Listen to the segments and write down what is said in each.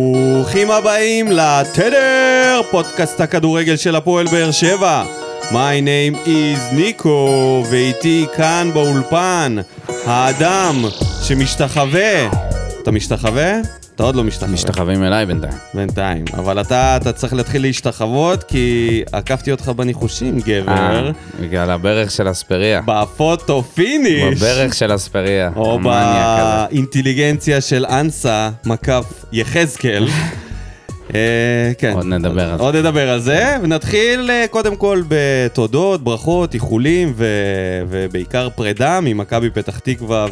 ברוכים הבאים לתדר, פודקאסט הכדורגל של הפועל באר שבע. My name is ניקו, ואיתי כאן באולפן, האדם שמשתחווה. אתה משתחווה? אתה עוד לא משתחווה. משתחווים אליי בינתיים. בינתיים. אבל אתה, אתה צריך להתחיל להשתחוות, כי עקפתי אותך בניחושים, גבר. אה. בגלל הברך של אספריה. בפוטו פיניש. בברך של אספריה. או המאניה כזה. באינטליגנציה של אנסה, מקף יחזקאל. אה, כן. עוד נדבר על זה. עוד נדבר על זה, ונתחיל אה, קודם כל בתודות, ברכות, איחולים, ו... ובעיקר פרידה ממכבי פתח תקווה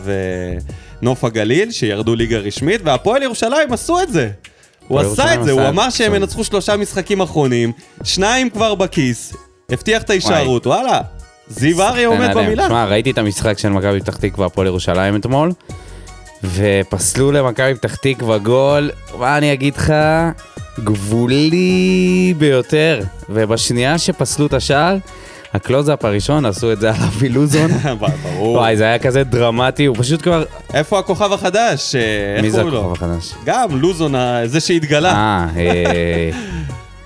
ונוף הגליל, שירדו ליגה רשמית, והפועל ירושלים עשו את זה. הוא עשה ירושלים את זה, עשה הוא את אמר זה. שהם ינצחו שלושה משחקים אחרונים, שניים כבר בכיס, הבטיח את ההישארות, וואלה, זיו אריה עומד אין עליהם. במילה. שמע, ראיתי את המשחק של מכבי פתח תקווה, הפועל ירושלים אתמול, ופסלו למכבי פתח תקווה גול, מה אני אגיד לך, גבולי ביותר. ובשנייה שפסלו את השער, הקלוזאפ הראשון עשו את זה על אבי לוזון. ברור. וואי, זה היה כזה דרמטי, הוא פשוט כבר... איפה הכוכב החדש? אה, איך מי זה קוראים לו? הכוכב החדש? גם לוזון, ה- זה שהתגלה. אה, אה,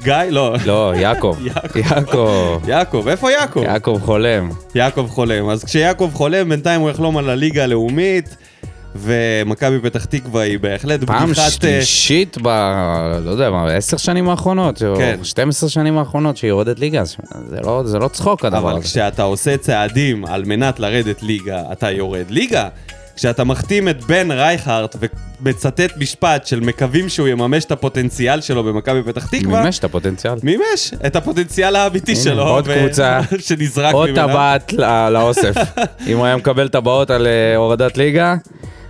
גיא, לא. לא, יעקב. יעקב. יעקב. יעקב, איפה יעקב? יעקב חולם. יעקב חולם. אז כשיעקב חולם, בינתיים הוא יחלום על הליגה הלאומית, ומכבי פתח תקווה היא בהחלט פעם בדיחת... אה, שלישית ב... לא יודע מה, עשר שנים האחרונות, או כן. 12 שנים האחרונות שהיא יורדת ליגה, אז זה לא, זה לא צחוק הדבר אבל הזה. כשאתה עושה צעדים על מנת לרדת ליגה, אתה יורד ליגה. כשאתה מחתים את בן רייכרט ומצטט משפט של מקווים שהוא יממש את הפוטנציאל שלו במכבי פתח תקווה, מימש את הפוטנציאל. מימש את הפוטנציאל האמיתי הנה, שלו. עוד קבוצה, שנזרק עוד ממנה. טבעת ל- לאוסף. אם הוא היה מקבל טבעות על אה, הורדת ליגה,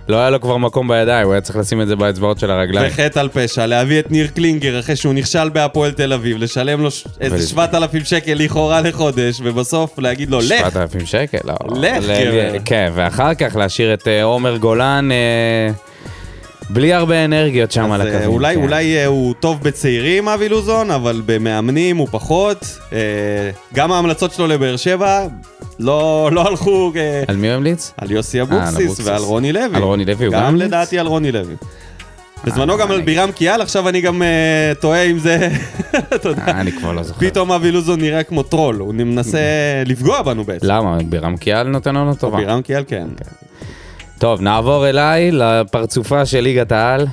לא היה לו כבר מקום בידיים, הוא היה צריך לשים את זה באצבעות של הרגליים. וחטא על פשע, להביא את ניר קלינגר אחרי שהוא נכשל בהפועל תל אביב, לשלם לו ש- איזה ול- 7,000 שקל לכאורה לחודש, ובסוף להגיד לו, לך, 7,000 שקל, לא. לך, ל- גבר. כן, ואחר כך להשאיר את אה, עומר גולן אה, בלי הרבה אנרגיות שם על אז, אה, הקווים. אולי, כן. אולי אה, הוא טוב בצעירים, אבי לוזון, אבל במאמנים הוא פחות. אה, גם ההמלצות שלו לבאר שבע לא, לא הלכו אה, על מי הוא המליץ? על יוסי אה, על אבוקסיס אבוקסיס. ועל רוני לוי. על רוני לוי הוא גם גם המליץ? לדעתי על רוני לוי. בזמנו גם אני- על בירם קיאל, עכשיו אני גם אה, תוהה אם זה... אתה יודע. אה, אני כבר לא זוכר. פתאום אבי לוזון נראה כמו טרול, הוא מנסה לפגוע בנו בעצם. למה? בירם קיאל נותן לנו טובה. בירם קיאל כן. אוקיי. טוב, נעבור אליי לפרצופה של ליגת העל,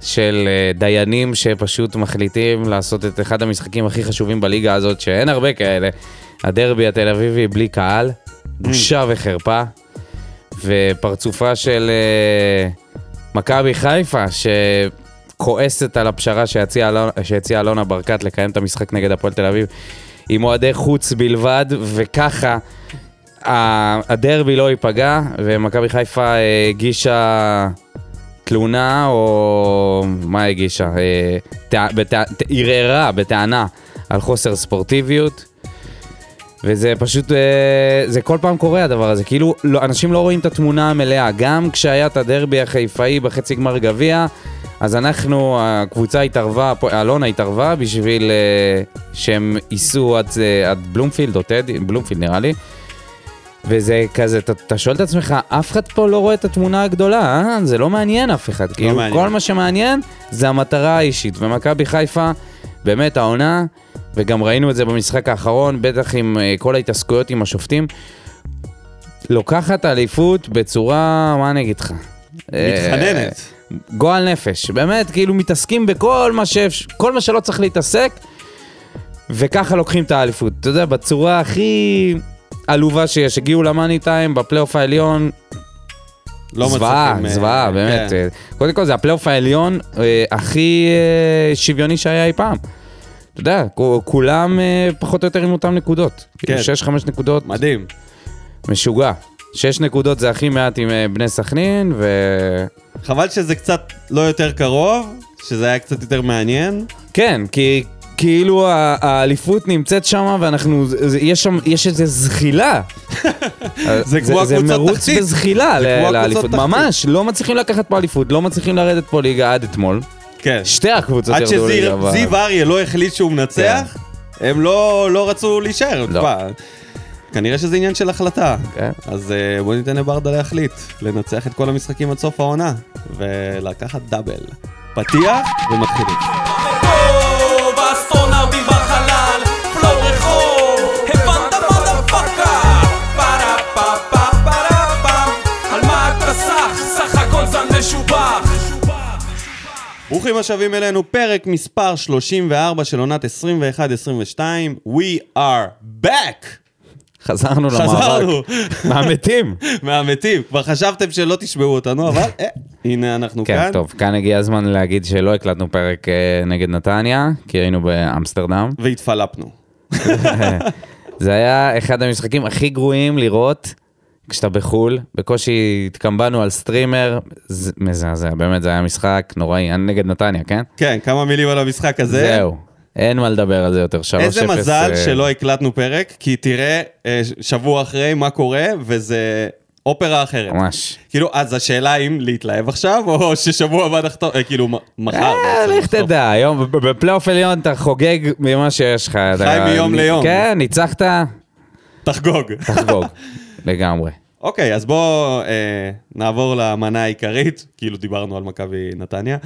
של אה, דיינים שפשוט מחליטים לעשות את אחד המשחקים הכי חשובים בליגה הזאת, שאין הרבה כאלה. הדרבי התל אביבי בלי קהל, בושה וחרפה. ופרצופה של אה, מכבי חיפה, שכועסת על הפשרה שהציעה אלונה- שהציעה אלונה ברקת לקיים את המשחק נגד הפועל תל אביב, עם אוהדי חוץ בלבד, וככה ה- הדרבי לא ייפגע, ומכבי חיפה אה, הגישה תלונה, או מה הגישה? אה, טע- בטע- ט- ערערה בטענה על חוסר ספורטיביות. וזה פשוט, אה, זה כל פעם קורה הדבר הזה, כאילו לא, אנשים לא רואים את התמונה המלאה, גם כשהיה את הדרבי החיפאי בחצי גמר גביע, אז אנחנו, הקבוצה התערבה, הפו- אלונה התערבה בשביל אה, שהם ייסעו עד, אה, עד בלומפילד או טדי, בלומפילד נראה לי, וזה כזה, אתה- אתה שואל את עצמך, אף אחד פה לא רואה את התמונה הגדולה, אה? זה לא מעניין אף אחד. לא כאילו, מעניין. כל מה שמעניין זה המטרה האישית. ומכבי חיפה, באמת העונה, וגם ראינו את זה במשחק האחרון, בטח עם אה, כל ההתעסקויות עם השופטים, לוקחת אליפות בצורה, מה אני אגיד לך? אה, מתחננת. גועל נפש, באמת, כאילו מתעסקים בכל מה, שאפש... כל מה שלא צריך להתעסק, וככה לוקחים את האליפות. אתה יודע, בצורה הכי עלובה שיש, הגיעו למאני טיים בפלייאוף העליון, לא זוועה, מצליחים, אה, זוועה, כן. באמת. אה, קודם כל, זה הפלייאוף העליון אה, הכי אה, שוויוני שהיה אי פעם. אתה יודע, כו- כולם אה, פחות או יותר עם אותן נקודות. כן. כן. שש, חמש נקודות, מדהים. משוגע. שש נקודות זה הכי מעט עם אה, בני סכנין, ו... חבל שזה קצת לא יותר קרוב, שזה היה קצת יותר מעניין. כן, כי כאילו ה- האליפות נמצאת שם, ואנחנו, זה- זה- יש שם, יש איזה זחילה. זה כמו זה הקבוצות מרוץ תחתית. בזחילה זה ל- כמו הקבוצות לאליפות, תחתית. ממש, לא מצליחים לקחת פה אליפות, לא מצליחים לרדת פה ליגה עד אתמול. כן. שתי הקבוצות עד ירדו ליגה. אבל- כן. שזיו אריה לא החליט שהוא מנצח, הם לא לא רצו להישאר. לא. תשמע, כנראה שזה עניין של החלטה. כן. אז אה, בוא ניתן לברדה להחליט, לנצח את כל המשחקים עד סוף העונה, ולקחת דאבל. פתיח ומתחילים. טוב, אסטרונאוטים בחלל, פלואו רחוב, הבנת מה דפקה? פרה פה פה פרה פם, על מה אתה סח? סך הכל זן משובח. ברוכים השבים אלינו, פרק מספר 34 של עונת 21-22, We are back! חזרנו למאבק. חזרנו. מהמתים. כן, מהמתים, כבר חשבתם שלא תשמעו אותנו, אבל אה, הנה אנחנו כן, כאן. טוב, כאן הגיע הזמן להגיד שלא הקלטנו פרק אה, נגד נתניה, כי היינו באמסטרדם. והתפלפנו. זה היה אחד המשחקים הכי גרועים לראות כשאתה בחו"ל. בקושי התקמבנו על סטרימר, זה מזעזע, באמת, זה היה משחק נוראי, אני נגד נתניה, כן? כן, כמה מילים על המשחק הזה. זהו, אין מה לדבר על זה יותר, 3-0. איזה מזל אה, שלא הקלטנו פרק, כי תראה אה, ש- שבוע אחרי מה קורה, וזה אופרה אחרת. ממש. כאילו, אז השאלה אם להתלהב עכשיו, או ששבוע הבא נחתום, אה, כאילו, מ- מחר. אה, בעצם לך נחתום. תדע, היום בפלייאוף עליון אתה חוגג ממה שיש לך. אתה- חי מיום ליום. כן, ניצחת, תחגוג. תחגוג, לגמרי. אוקיי, אז בואו אה, נעבור למנה העיקרית, כאילו דיברנו על מכבי נתניה.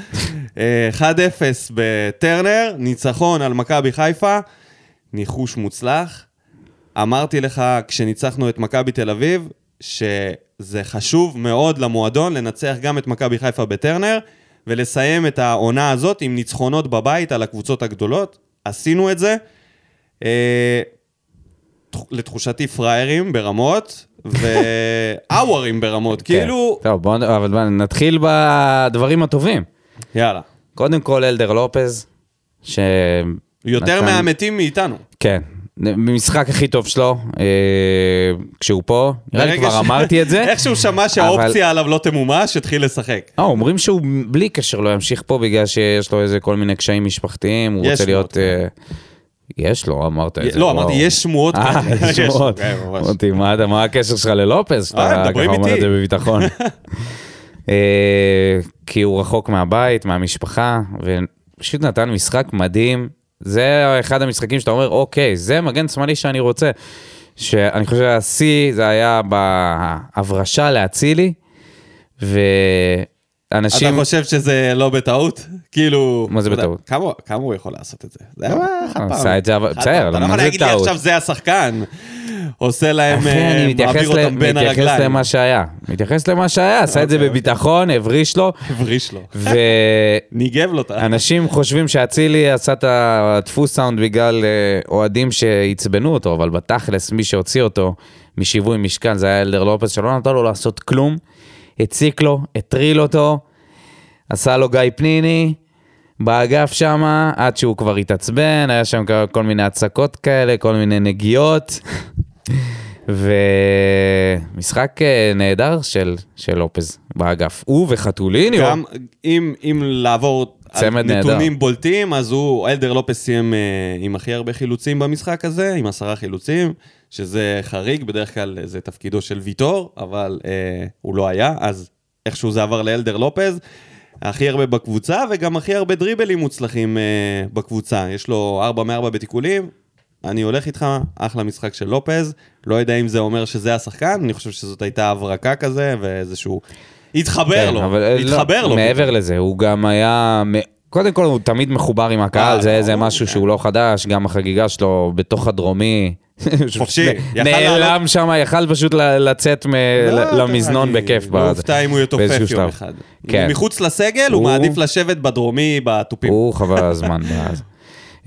אה, 1-0 בטרנר, ניצחון על מכבי חיפה, ניחוש מוצלח. אמרתי לך כשניצחנו את מכבי תל אביב, שזה חשוב מאוד למועדון לנצח גם את מכבי חיפה בטרנר, ולסיים את העונה הזאת עם ניצחונות בבית על הקבוצות הגדולות. עשינו את זה. אה, לתחושתי פראיירים ברמות, ואווארים ברמות, כאילו, כן. טוב, בואו, אבל בואו נתחיל בדברים הטובים. יאללה. קודם כל אלדר לופז, ש... יותר נתן- מהמתים מאיתנו. כן. במשחק הכי טוב שלו, אה, כשהוא פה, נראה לי ברגע כבר ש- אמרתי את זה. איך שהוא שמע שהאופציה עליו לא תמומש, התחיל לשחק. אה, אומרים שהוא בלי קשר לא ימשיך פה בגלל שיש לו איזה כל מיני קשיים משפחתיים, הוא יש רוצה לו להיות... אותם. אה, יש לו, אמרת את זה. לא, וואו. אמרתי, יש שמועות. אה, כאלה. יש שמועות. כן, ממש. אותי, מה אתה- מה הקשר שלך ללופז? אה, אתה מדברים ככה אומר את איתי. זה בביטחון. אה, כי הוא רחוק מהבית, מהמשפחה, ופשוט נתן משחק מדהים. זה אחד המשחקים שאתה אומר, אוקיי, זה מגן שמאלי שאני רוצה. שאני חושב שהשיא זה היה בהברשה לאצילי, ואנשים... אתה חושב שזה לא בטעות? כאילו... מה זה אתה יודע, בטעות? לא, אה, כמה- כמה הוא יכול לעשות את זה? זה היה חד פעמי. עשה את זה, אבל- חד בסדר, פעמי. אתה לא אבל מה יכול זה להגיד לי טעות? עכשיו זה השחקן. עושה להם, אחי, אה, אני מתייחס מעביר ל- אותם בין מתייחס הרגליים. למה שהיה. מתייחס למה שהיה, עשה את זה אוקיי, בביטחון, הבריש לו, הבריש לו. ואנשים ניגב לו את ה... חושבים שאצילי עשה את הדפוס סאונד בגלל אה, אוהדים שעצבנו אותו, אבל בתכלס מי שהוציא אותו משיווי משקל זה היה אלדר לופס, שלא נתן לו לעשות כלום, הציק לו, הטריל אותו, עשה לו גיא פניני. באגף שמה, עד שהוא כבר התעצבן, היה שם כל מיני הצקות כאלה, כל מיני נגיעות. ומשחק אה, נהדר של, של לופז באגף. הוא וחתוליני. גם אם, אם לעבור על צמד נהדר. נתונים בולטים, אז הוא, אלדר לופס סיים אה, עם הכי הרבה חילוצים במשחק הזה, עם עשרה חילוצים, שזה חריג, בדרך כלל זה תפקידו של ויטור, אבל אה, הוא לא היה, אז איכשהו זה עבר לאלדר לופז. הכי הרבה בקבוצה, וגם הכי הרבה דריבלים מוצלחים אה, בקבוצה. יש לו 4 מ-4 בתיקולים. אני הולך איתך, אחלה משחק של לופז. לא יודע אם זה אומר שזה השחקן, אני חושב שזאת הייתה הברקה כזה, ואיזשהו... התחבר כן, לו, אבל, אה, לא, התחבר לו. מעבר לזה, הוא גם היה... מ- קודם כל, הוא תמיד מחובר עם הקהל, אה, זה איזה ברור, משהו כן. שהוא לא חדש, גם החגיגה שלו בתוך הדרומי. חופשי, יכל נעלם לעלות. שם, יכל פשוט ל- לצאת מ- לא, ל- אתה- למזנון אני בכיף. לא בזה. אופתע אם הוא יתופף באיזשהו יום שלב. אחד. אם כן. הוא מחוץ לסגל, הוא הוא- מעדיף לשבת בדרומי, בתופים. הוא חבל הזמן מאז.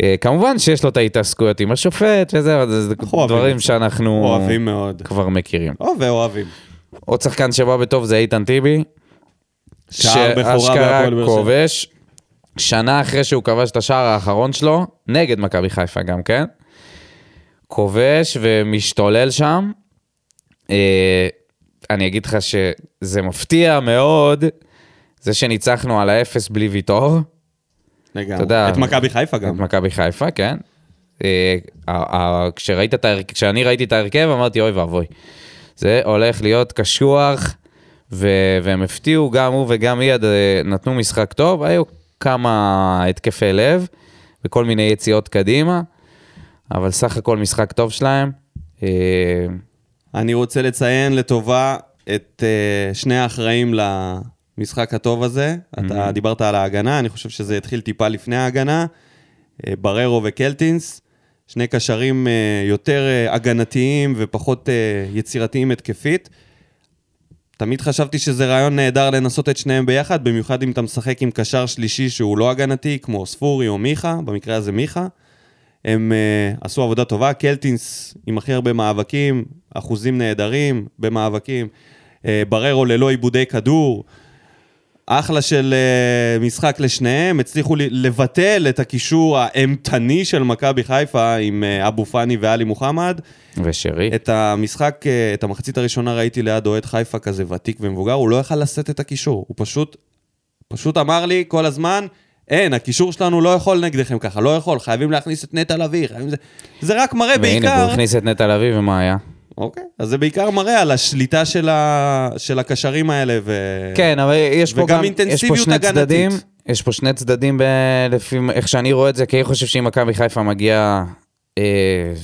אה, כמובן שיש לו את ההתעסקויות עם השופט וזה, אבל זה זה אנחנו אוהבים דברים את זה. שאנחנו אוהבים מאוד. כבר מכירים. או, ואוהבים. עוד שחקן שבא בטוב זה איתן טיבי, שער בכורה שאשכרה בהפועל באר שבע. כובש, שנה אחרי שהוא כבש את השער האחרון שלו, נגד מכבי חיפה גם כן, כובש ומשתולל שם. אה, אני אגיד לך שזה מפתיע מאוד, זה שניצחנו על האפס בלי ויטור. לגמרי. אתה יודע. את מכבי חיפה גם. את מכבי חיפה, כן. אה, ה- ה- כשראית את ההרכב, כשאני ראיתי את ההרכב, אמרתי, אוי ואבוי. זה הולך להיות קשוח, ו- והם הפתיעו, גם הוא וגם איאד אה, נתנו משחק טוב, היו כמה התקפי לב וכל מיני יציאות קדימה, אבל סך הכל משחק טוב שלהם. אה, אני רוצה לציין לטובה את אה, שני האחראים ל- המשחק הטוב הזה. אתה דיברת על ההגנה, אני חושב שזה התחיל טיפה לפני ההגנה. אה, בררו וקלטינס, שני קשרים אה, יותר אה, הגנתיים ופחות אה, יצירתיים התקפית. תמיד חשבתי שזה רעיון נהדר לנסות את שניהם ביחד, במיוחד אם אתה משחק עם קשר שלישי שהוא לא הגנתי, כמו ספורי או מיכה, במקרה הזה מיכה. הם uh, עשו עבודה טובה, קלטינס עם הכי הרבה מאבקים, אחוזים נהדרים במאבקים, uh, בררו ללא עיבודי כדור, אחלה של uh, משחק לשניהם, הצליחו ל- לבטל את הקישור האימתני של מכבי חיפה עם uh, אבו פאני ואלי מוחמד. ושרי. את המשחק, אה, את המחצית הראשונה ראיתי ליד אוהד חיפה כזה ותיק ומבוגר, הוא לא יכל לשאת את הקישור, הוא פשוט, פשוט אמר לי כל הזמן, אין, הקישור שלנו לא יכול נגדכם ככה, לא יכול, חייבים להכניס את נטע לביא, חייבים זה... זה רק מראה והנה, בעיקר... הוא הכניס את נטע לביא, ומה היה? אוקיי, אז זה בעיקר מראה על השליטה של, ה... של הקשרים האלה, ו... כן, אבל יש פה וגם גם, יש פה אינטנסיביות שני הגנתית. צדדים, יש פה שני צדדים ב... לפי איך שאני רואה את זה, כי אני חושב שאם מכבי חיפה מגיעה, אה,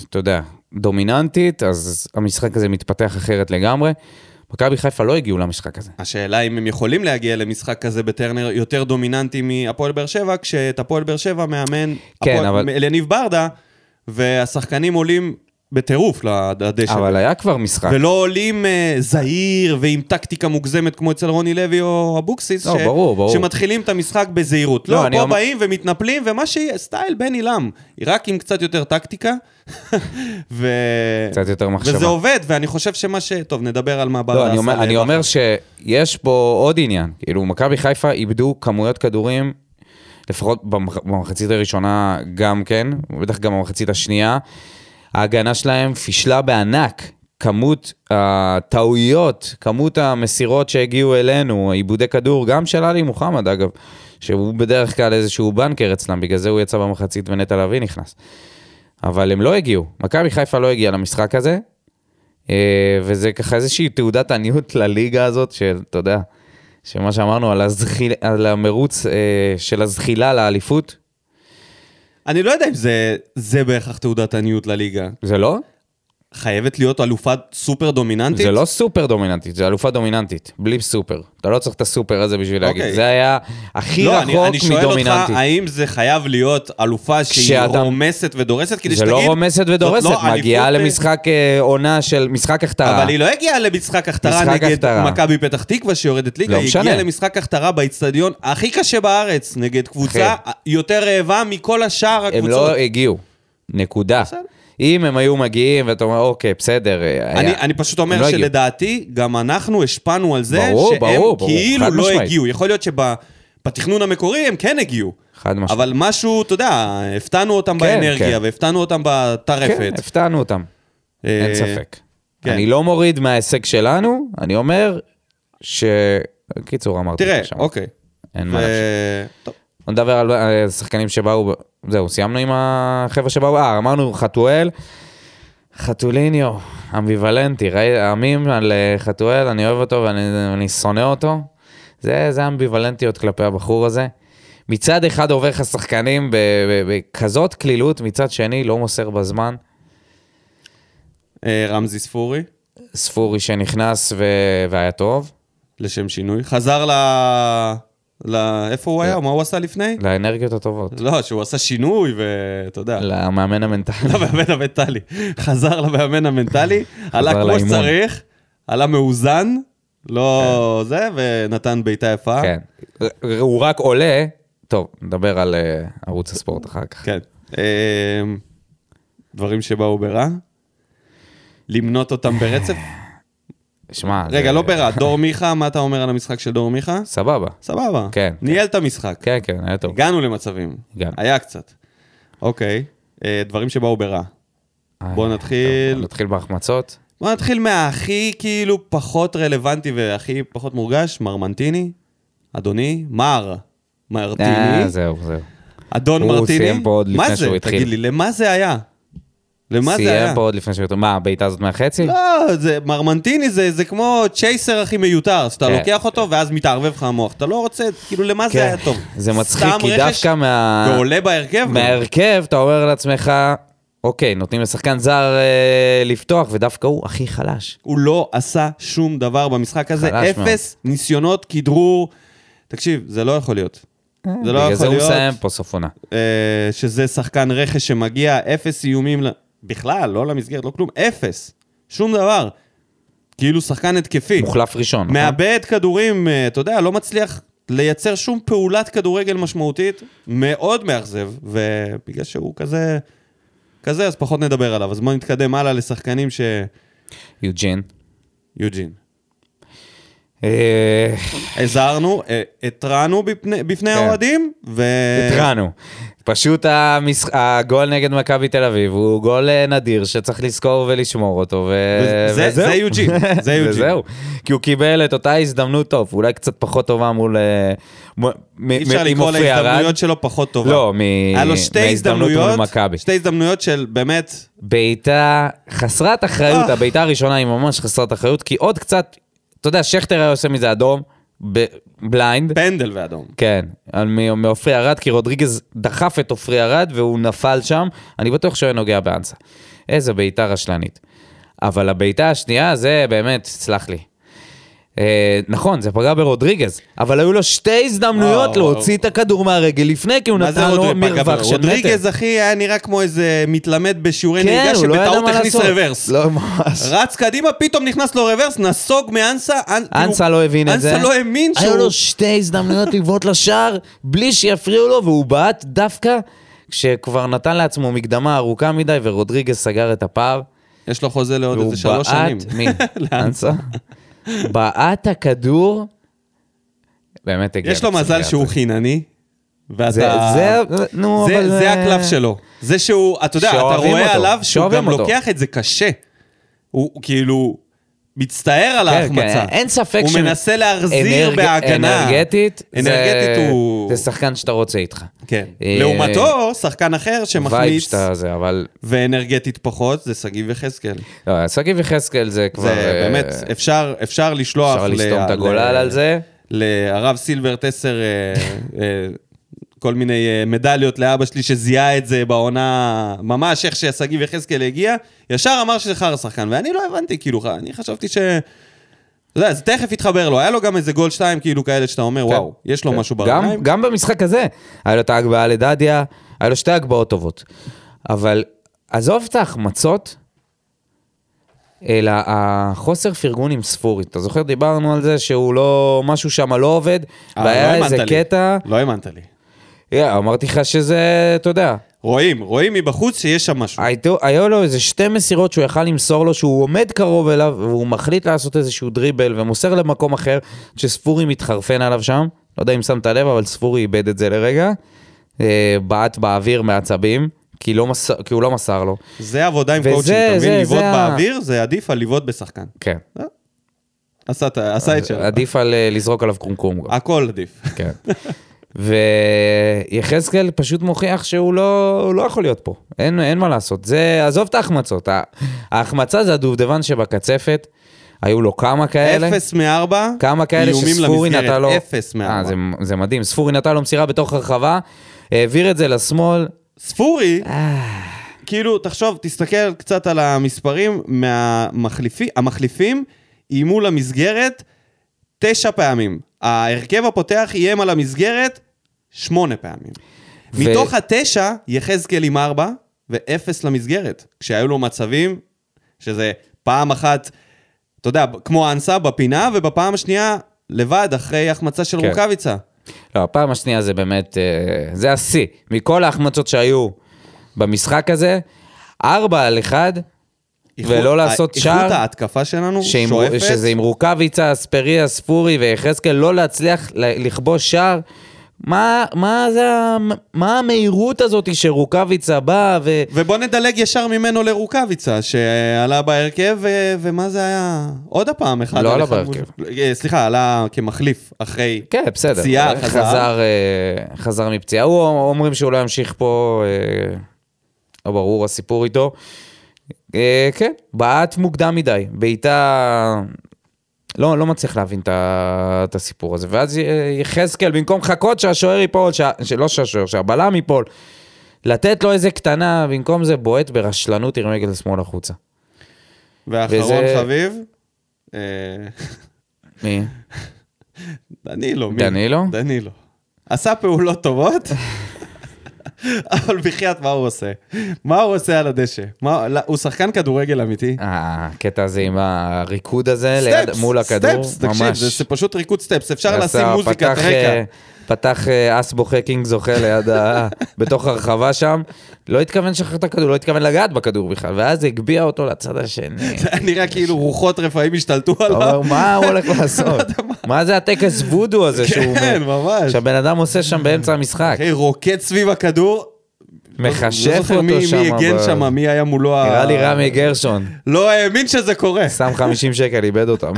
אתה יודע, דומיננטית, אז המשחק הזה מתפתח אחרת לגמרי. מכבי חיפה לא הגיעו למשחק הזה. השאלה אם הם יכולים להגיע למשחק כזה בטרנר יותר דומיננטי מהפועל באר שבע, כשאת הפועל באר שבע מאמן כן, הפועל- אבל- אליניב ברדה, והשחקנים עולים בטירוף לד- לדשא. אבל היה כבר משחק. ולא עולים אה, זהיר ועם טקטיקה מוגזמת כמו אצל רוני לוי או אבוקסיס, לא, ברור, ברור. שמתחילים את המשחק בזהירות. לא, לא, אני פה אומר- באים ומתנפלים, ומה שיהיה, סטייל בן עילם, רק עם קצת יותר טקטיקה. ו... קצת יותר מחשבה. וזה עובד, ואני חושב שמה ש... טוב, נדבר על מה ברדה לא, עשה. אני אומר, אני לבכר. אומר שיש פה עוד עניין. כאילו, מכבי חיפה איבדו כמויות כדורים, לפחות במח- במחצית הראשונה גם כן, ובטח גם במחצית השנייה. ההגנה שלהם פישלה בענק. כמות הטעויות, כמות המסירות שהגיעו אלינו, עיבודי כדור, גם של עלי מוחמד אגב, שהוא בדרך כלל איזשהו בנקר אצלם, בגלל זה הוא יצא במחצית ונטע לביא נכנס. אבל הם לא הגיעו, מכבי חיפה לא הגיעה למשחק הזה, אה, וזה ככה איזושהי תעודת עניות לליגה הזאת, שאתה יודע, שמה שאמרנו על, הזחיל, על המרוץ אה, של הזחילה לאליפות, אני לא יודע אם זה, זה בהכרח תעודת עניות לליגה. זה לא? חייבת להיות אלופה סופר דומיננטית? זה לא סופר דומיננטית, זה אלופה דומיננטית, בלי סופר. אתה לא צריך את הסופר הזה בשביל להגיד, אוקיי. זה היה הכי לא, רחוק אני, אני שואל אותך, מדומיננטית. האם זה חייב להיות אלופה שהיא כשאתה- רומסת ודורסת? כדי זה שתגיד... לא רומסת "זאת ודורסת, לא מגיעה אליפות, אה, למשחק אה, עונה של משחק החטאה. אבל היא לא הגיעה למשחק הכתרה משחק נגד הכתרה. מכבי פתח תקווה שיורדת ליגה, לא היא משנה. הגיעה למשחק הכתרה באיצטדיון הכי קשה בארץ, נגד קבוצה יותר רעבה מכל השאר הם הקבוצות. לא הגיעו, נקודה. בסדר. אם הם היו מגיעים ואתה אומר, אוקיי, בסדר, היה- אני, אני פשוט אומר הם לא הגיעו. שלדעתי, גם אנחנו השפענו על זה ברור, שהם ברור, ברור, כאילו חד לא משמעית. הגיעו. יכול להיות שבתכנון המקורי הם כן הגיעו. חד משמעית. אבל משהו, אתה יודע, הפתענו אותם כן, באנרגיה, כן. והפתענו אותם בטרפת. כן, הפתענו אותם, אה, אין ספק. כן. אני לא מוריד מההישג שלנו, אני אומר ש... קיצור, אמרתי תראה, את זה שם. אוקיי. אין ו- מה להמשיך. טוב, בוא נדבר על אה, שחקנים שבאו, ב- זהו, סיימנו עם החבר'ה שבאו, אה, אמרנו חתואל, חתוליניו, אמביוולנטי, ראי, העמים על אה, חתואל, אני אוהב אותו ואני אני שונא אותו. זה, זה אמביוולנטיות כלפי הבחור הזה. מצד אחד עובר לך שחקנים ב- ב- בכזאת קלילות, מצד שני לא מוסר בזמן. אה, רמזי ספורי, ספורי שנכנס ו... והיה טוב, לשם שינוי, חזר ל... ל- איפה הוא היה? מה הוא עשה לפני? לאנרגיות הטובות, לא, שהוא עשה שינוי, ואתה יודע. למאמן המנטלי. למאמן המנטלי. חזר למאמן המנטלי, עלה כמו לאימון. שצריך, עלה מאוזן, לא זה, ונתן בעיטה יפה. כן. הוא רק עולה, טוב, נדבר על אה, ערוץ הספורט אחר כך. כן. אמ, דברים שבאו ברע? למנות אותם ברצף? שמע, אה, זה- רגע, לא ברע, דור מיכה, מה אתה אומר על המשחק של דור מיכה? סבבה. סבבה. כן. ניהל את המשחק. כן, כן, היה טוב. הגענו למצבים. הגענו. היה קצת. אוקיי, אה, דברים שבאו ברע. בוא אה, נתחיל- טוב, נתחיל בהחמצות. בוא נתחיל מהכי כאילו פחות רלוונטי והכי פחות מורגש, מרמנטיני, אדוני, מר מרטיני, אה, זהו, זהו. אדון הוא מרטיני. סיים פה עוד לפני שהוא מה זה? התחיל. תגיד לי, למה זה היה? למה זה היה? סיים פה עוד לפני שהוא... מה, הבעיטה הזאת מהחצי? לא, זה, מרמנטיני זה, זה כמו צ'ייסר הכי מיותר, אז אתה כן. לוקח אותו ואז מתערבב לך המוח. אתה לא רוצה, כאילו, למה כן. זה היה טוב? זה מצחיק, סתם כי רכש דווקא מה... ועולה בהרכב? מההרכב, אתה אומר לעצמך, אוקיי, נותנים לשחקן זר אה, לפתוח, ודווקא הוא הכי חלש. הוא לא עשה שום דבר במשחק הזה. חלש אפס ניסיונות כדרור. תקשיב, זה לא יכול להיות. זה לא בגלל זה יכול הוא להיות מסיים פה סוף עונה. אה, שזה שחקן רכש שמגיע, אפס איומים, ל- בכלל, לא למסגרת, לא כלום, אפס. שום דבר. כאילו שחקן התקפי. מוחלף ראשון, נכון? מאבד כדורים, אה, אתה יודע, לא מצליח לייצר שום פעולת כדורגל משמעותית, מאוד מאכזב, ובגלל שהוא כזה, כזה, אז פחות נדבר עליו. אז בואו נתקדם הלאה לשחקנים ש... יוג'ין. יוג'ין. אה, הזהרנו, אה, התרענו בפני בפני כן. האוהדים, ו... התרענו. פשוט המשח- הגול נגד מכבי תל אביב הוא גול אה, נדיר שצריך לזכור ולשמור אותו, ו- וזה- זה- וזהו. זה יוג'ין, זה יוג'ין. וזהו. כי הוא קיבל את אותה הזדמנות טוב, אולי קצת פחות טובה מול... אה, מ- מ- אי אפשר עם לקרוא עופרי ארד. להזדמנויות שלו פחות טובה. לא, מ- היה לו שתי מההזדמנות מול הזדמנויות, מכבי. שתי הזדמנויות של באמת, בעיטה חסרת אחריות, אה. הבעיטה הראשונה היא ממש חסרת אחריות, כי עוד קצת, אתה יודע, שכטר היה עושה מזה אדום, ב- בליינד. פנדל ואדום. כן, על מ- מעופרי ארד, כי רודריגז דחף את עופרי ארד והוא נפל שם, אני בטוח שהוא היה נוגע באנסה. איזה בעיטה רשלנית. אבל הבעיטה השנייה זה באמת, סלח לי. אה, נכון, זה פגע ברודריגז, אבל היו לו שתי הזדמנויות וואו. להוציא את הכדור מהרגל לפני, כי הוא מה זה נתן לו רודריגז? פגע מרווח בו. של מטר. רודריגז, אחי, היה נראה כמו איזה מתלמד בשיעורי כן, נהיגה הוא לא ידע שבטעות מה הכניס לעשות. רוורס. לא, ממש. רץ קדימה, פתאום נכנס לו רוורס, נסוג מאנסה. אנ- אנסה כאילו, לא הבין את זה. אנסה לא האמין היו שהוא... לו שתי הזדמנויות לבעוט לשער, בלי שיפריעו לו, והוא בעט דווקא כשכבר נתן לעצמו מקדמה ארוכה מדי, ורודריגז סגר את הפער. יש לו חוזה לעוד לא- והוא איזה שלוש שנים. בעט... מי? אנסה? בעט הכדור... באמת הגיע. יש לו לצד מזל גאצה. שהוא חינני, ואתה... כן, זה, זה, נו, זה- אבל... זה הקלף שלו. זה שהוא, אתה יודע, אתה שאוהבים רואה אותו. עליו שהוא שאוהבים גם אותו. לוקח את זה קשה. הוא הוא כאילו מצטער על כן, ההחמצה. כן, אין ספק הוא ש- מנסה להחזיר אנרג- בהגנה. אנרגטית, זה- אנרגטית הוא... זה שחקן שאתה רוצה איתך. כן. אה, לעומתו, שחקן אחר וייב שמחמיץ שאתה זה, אבל... ואנרגטית פחות, זה שגיב יחזקאל. לא, שגיב יחזקאל זה כבר... זה אה, באמת, אפשר, אפשר לשלוח... אפשר ל- לסתום את ל- הגולל על זה. לרב סילברט 10, אה, אה, כל מיני אה, מדליות לאבא שלי שזיהה את זה בעונה, ממש איך ששגיב יחזקאל הגיע, ישר אמר שזה חרא שחקן, ואני לא הבנתי, כאילו, אני חשבתי ש... אתה יודע, זה תכף התחבר לו, היה לו גם איזה גול שתיים, כאילו, כאלה שאתה אומר, וואו, יש לו משהו כן. גם, ברגליים. גם במשחק הזה, היה לו את ההגבהה לדדיה, היה לו שתי הגבהות טובות. אבל עזוב את ההחמצות, אלא החוסר פרגון עם ספורית. אתה זוכר, דיברנו על זה שהוא לא, משהו שם לא עובד, אבל והיה לא איזה האמנת לי. קטע, לא האמנת לי. אה, אמרתי לך שזה, אתה יודע, רואים, רואים מבחוץ שיש שם משהו. הייתו- היו לו איזה שתי מסירות שהוא יכל למסור לו, שהוא עומד קרוב אליו, והוא מחליט לעשות איזשהו דריבל ומוסר למקום אחר, שספורי מתחרפן עליו שם. לא יודע אם שמת לב, אבל ספורי איבד את זה לרגע. אה, בעט באוויר מעצבים, כי, לא מס... כי הוא לא מסר לו. זה עבודה עם וזה- קואוצ'ינג, אתה מבין? זה- לבעוט זה ה- באוויר זה עדיף על לבעוט בשחקן. כן. עשה את ה- עשה את שלו. עדיף על אה, לזרוק עליו קומקום. גם. הכל עדיף. כן. ויחזקאל פשוט מוכיח שהוא לא, הוא לא יכול להיות פה, אין, אין מה לעשות. זה, עזוב את ההחמצות, ה- ההחמצה זה הדובדבן שבקצפת, היו לו כמה כאלה. אפס מארבע, כמה כאלה איומים שספורי למסגרת, נתן לו... אפס אה, מארבע. זה, זה מדהים, ספורי נתן לו מסירה בתוך הרחבה, העביר את זה לשמאל, אה, ספורי, כאילו, תחשוב, תסתכל קצת על המספרים, מהמחליפים, המחליפים איימו למסגרת תשע פעמים. ההרכב הפותח איים על המסגרת שמונה פעמים. ו- מתוך התשע, יחזקאל עם ארבע ואפס למסגרת. כשהיו לו מצבים, שזה פעם אחת, אתה יודע, כמו אנסה בפינה, ובפעם השנייה, לבד, אחרי החמצה של כן. רוקאביצה. לא, הפעם השנייה זה באמת, אה, זה השיא. מכל ההחמצות שהיו במשחק הזה, ארבע על אחד, ולא לעשות איכות שער, ההתקפה שלנו שעם- שואפת. שזה עם רוקאביצה, אספריה, ספורי ויחזקאל, לא להצליח ל- לכבוש שער. מה, מה, זה, ה- מה המהירות הזאת שרוקאביצה בא ו... ובוא נדלג ישר ממנו לרוקאביצה, שעלה בהרכב, ו... ומה זה היה? עוד הפעם, אחד לא על עלה אחד מול- אה, סליחה, עלה כמחליף אחרי כן, בסדר. פציעה, חזר. חזר, אה, חזר מפציעה. הוא אומרים שהוא לא ימשיך פה, אה, לא ברור הסיפור איתו. אה, כן, בעט מוקדם מדי, בעיטה... לא, לא מצליח להבין את ה- את הסיפור הזה. ואז אה, יחזקאל, במקום לחכות שהשוער לא ייפול, שה- שלא שהשוער, שהבלם ייפול, לתת לו איזה קטנה, במקום זה בועט ברשלנות עם רגל שמאל החוצה. ואחרון וזה- חביב, אה, מי? דנילו. מי? דנילו? דנילו. עשה פעולות טובות, אבל בחייאת, מה הוא עושה? מה הוא עושה על הדשא? מה- לא, הוא שחקן כדורגל אמיתי. אה, הקטע הזה עם הריקוד הזה, אה, ליד, סטפס, מול הכדור, סטפס, תקשיב, ממש. זה זה פשוט ריקוד סטפס, אפשר עשה- לשים מוזיקת פתח, רקע. אה, פתח אה, אס בוכה קינג זוכה ליד ה... בתוך הרחבה שם, לא התכוון לשחרר את הכדור, לא התכוון לגעת בכדור בכלל, ואז הגביה אותו לצד השני. זה היה נראה כאילו רוחות רפאים השתלטו אה, אתה אומר, עליו. מה הוא הולך לעשות? מה זה הטקס וודו הזה שהוא... כן, ממש. כן. שהבן אדם עושה שם באמצע המשחק, אחי, רוקד סביב הכדור. מחשף לא זוכר אותו מי- שם, מי הגן אבל- שם, אה, מי היה מולו. ה- נראה לי רמי גרשון, לא האמין שזה קורה. שם 50 שקל, איבד אותם.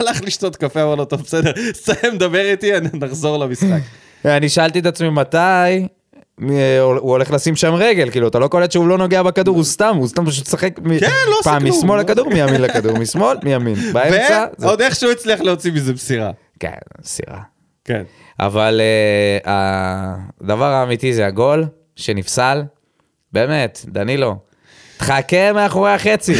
הלך לשתות קפה, אמר לו, טוב, בסדר, סיים, דבר איתי, אני- נחזור למשחק. אני שאלתי את עצמי מתי אה, הוא הולך לשים שם רגל, כאילו, אתה לא קולט שהוא לא נוגע בכדור, הוא סתם, הוא סתם פשוט משחק מ- כן, לא עושה פעם כלום. משמאל לכדור, מימין לכדור, משמאל, מימין, באמצע, זה- ועוד איכשהו הצליח להוציא מזה מסירה. כן, סירה. כן. אבל אה, הדבר האמיתי זה הגול שנפסל. באמת, דנילו, תחכה מאחורי החצי.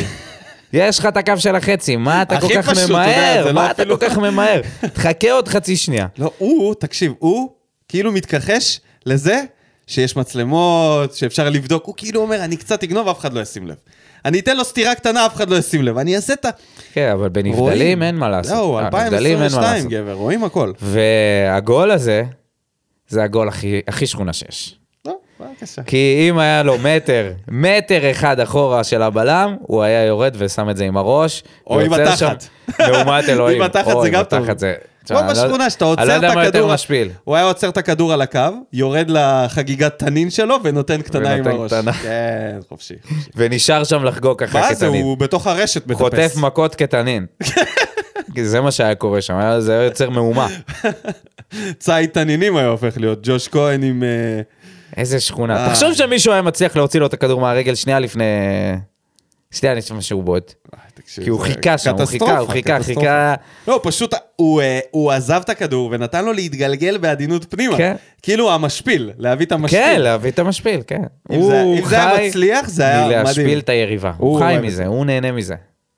יש לך את הקו של החצי, מה אתה הכי כל כך פשוט, אתה יודע, זה ממהר? לא מה אתה כל אפילו- כך ממהר? תחכה עוד חצי שנייה. לא, הוא, תקשיב, הוא כאילו מתכחש לזה שיש מצלמות, שאפשר לבדוק. הוא כאילו אומר, אני קצת אגנוב, אף אחד לא ישים לב. אני אתן לו סטירה קטנה, אף אחד לא ישים לב. אני אעשה את ה... כן, אבל רואים. לא, בנבדלים אין מה לעשות. אה, זהו, בנבדלים אין מה 2022, לעשות. גבר, רואים הכל. והגול הזה, זה הגול הכי- הכי שכונה שיש. לא, בבקשה. כי אם היה לו מטר, מטר אחד אחורה של הבלם, הוא היה יורד ושם את זה עם הראש. או עם ויוצר התחת. שם- לעומת אלוהים. עם התחת או זה עם גם טוב. התחת זה- כמו תשמע, אני לא- בשכונה, שאתה עוצר את הכדור... אני לא יודע מה יותר משפיל. הוא היה עוצר את הכדור על הקו, יורד לחגיגת תנין שלו ונותן קטנה עם ונותן הראש. קטנה. כן, חופשי. חופשי. ונשאר שם לחגוג ככה מה זה, כתנין. הוא בתוך הרשת מטפס. חוטף מכות כתנין. כי זה מה שהיה קורה שם, היה- זה היה יוצר מהומה. ציד תנינים היה הופך להיות, ג'וש כהן עם... אה, איזה אה. שכונה. תחשוב שמישהו היה מצליח להוציא לו את הכדור מהרגל שנייה לפני... שנייה, אני חושב שהוא בועט. אה, תקשיב, כי הוא זה חיכה שם, הוא חיכה, קטסטרופה, הוא חיכה, קטסטרופה. חיכה. לא, פשוט הוא, אה, הוא עזב את הכדור ונתן לו להתגלגל בעדינות פנימה. כן. כאילו המשפיל, להביא את המשפיל. כן, להביא את המשפיל, כן. אם זה- הוא אם זה היה חי מצליח, זה היה מדהים. מלהשפיל את היריבה. הוא הוא חי אוהב את מזה, הוא נהנה מזה.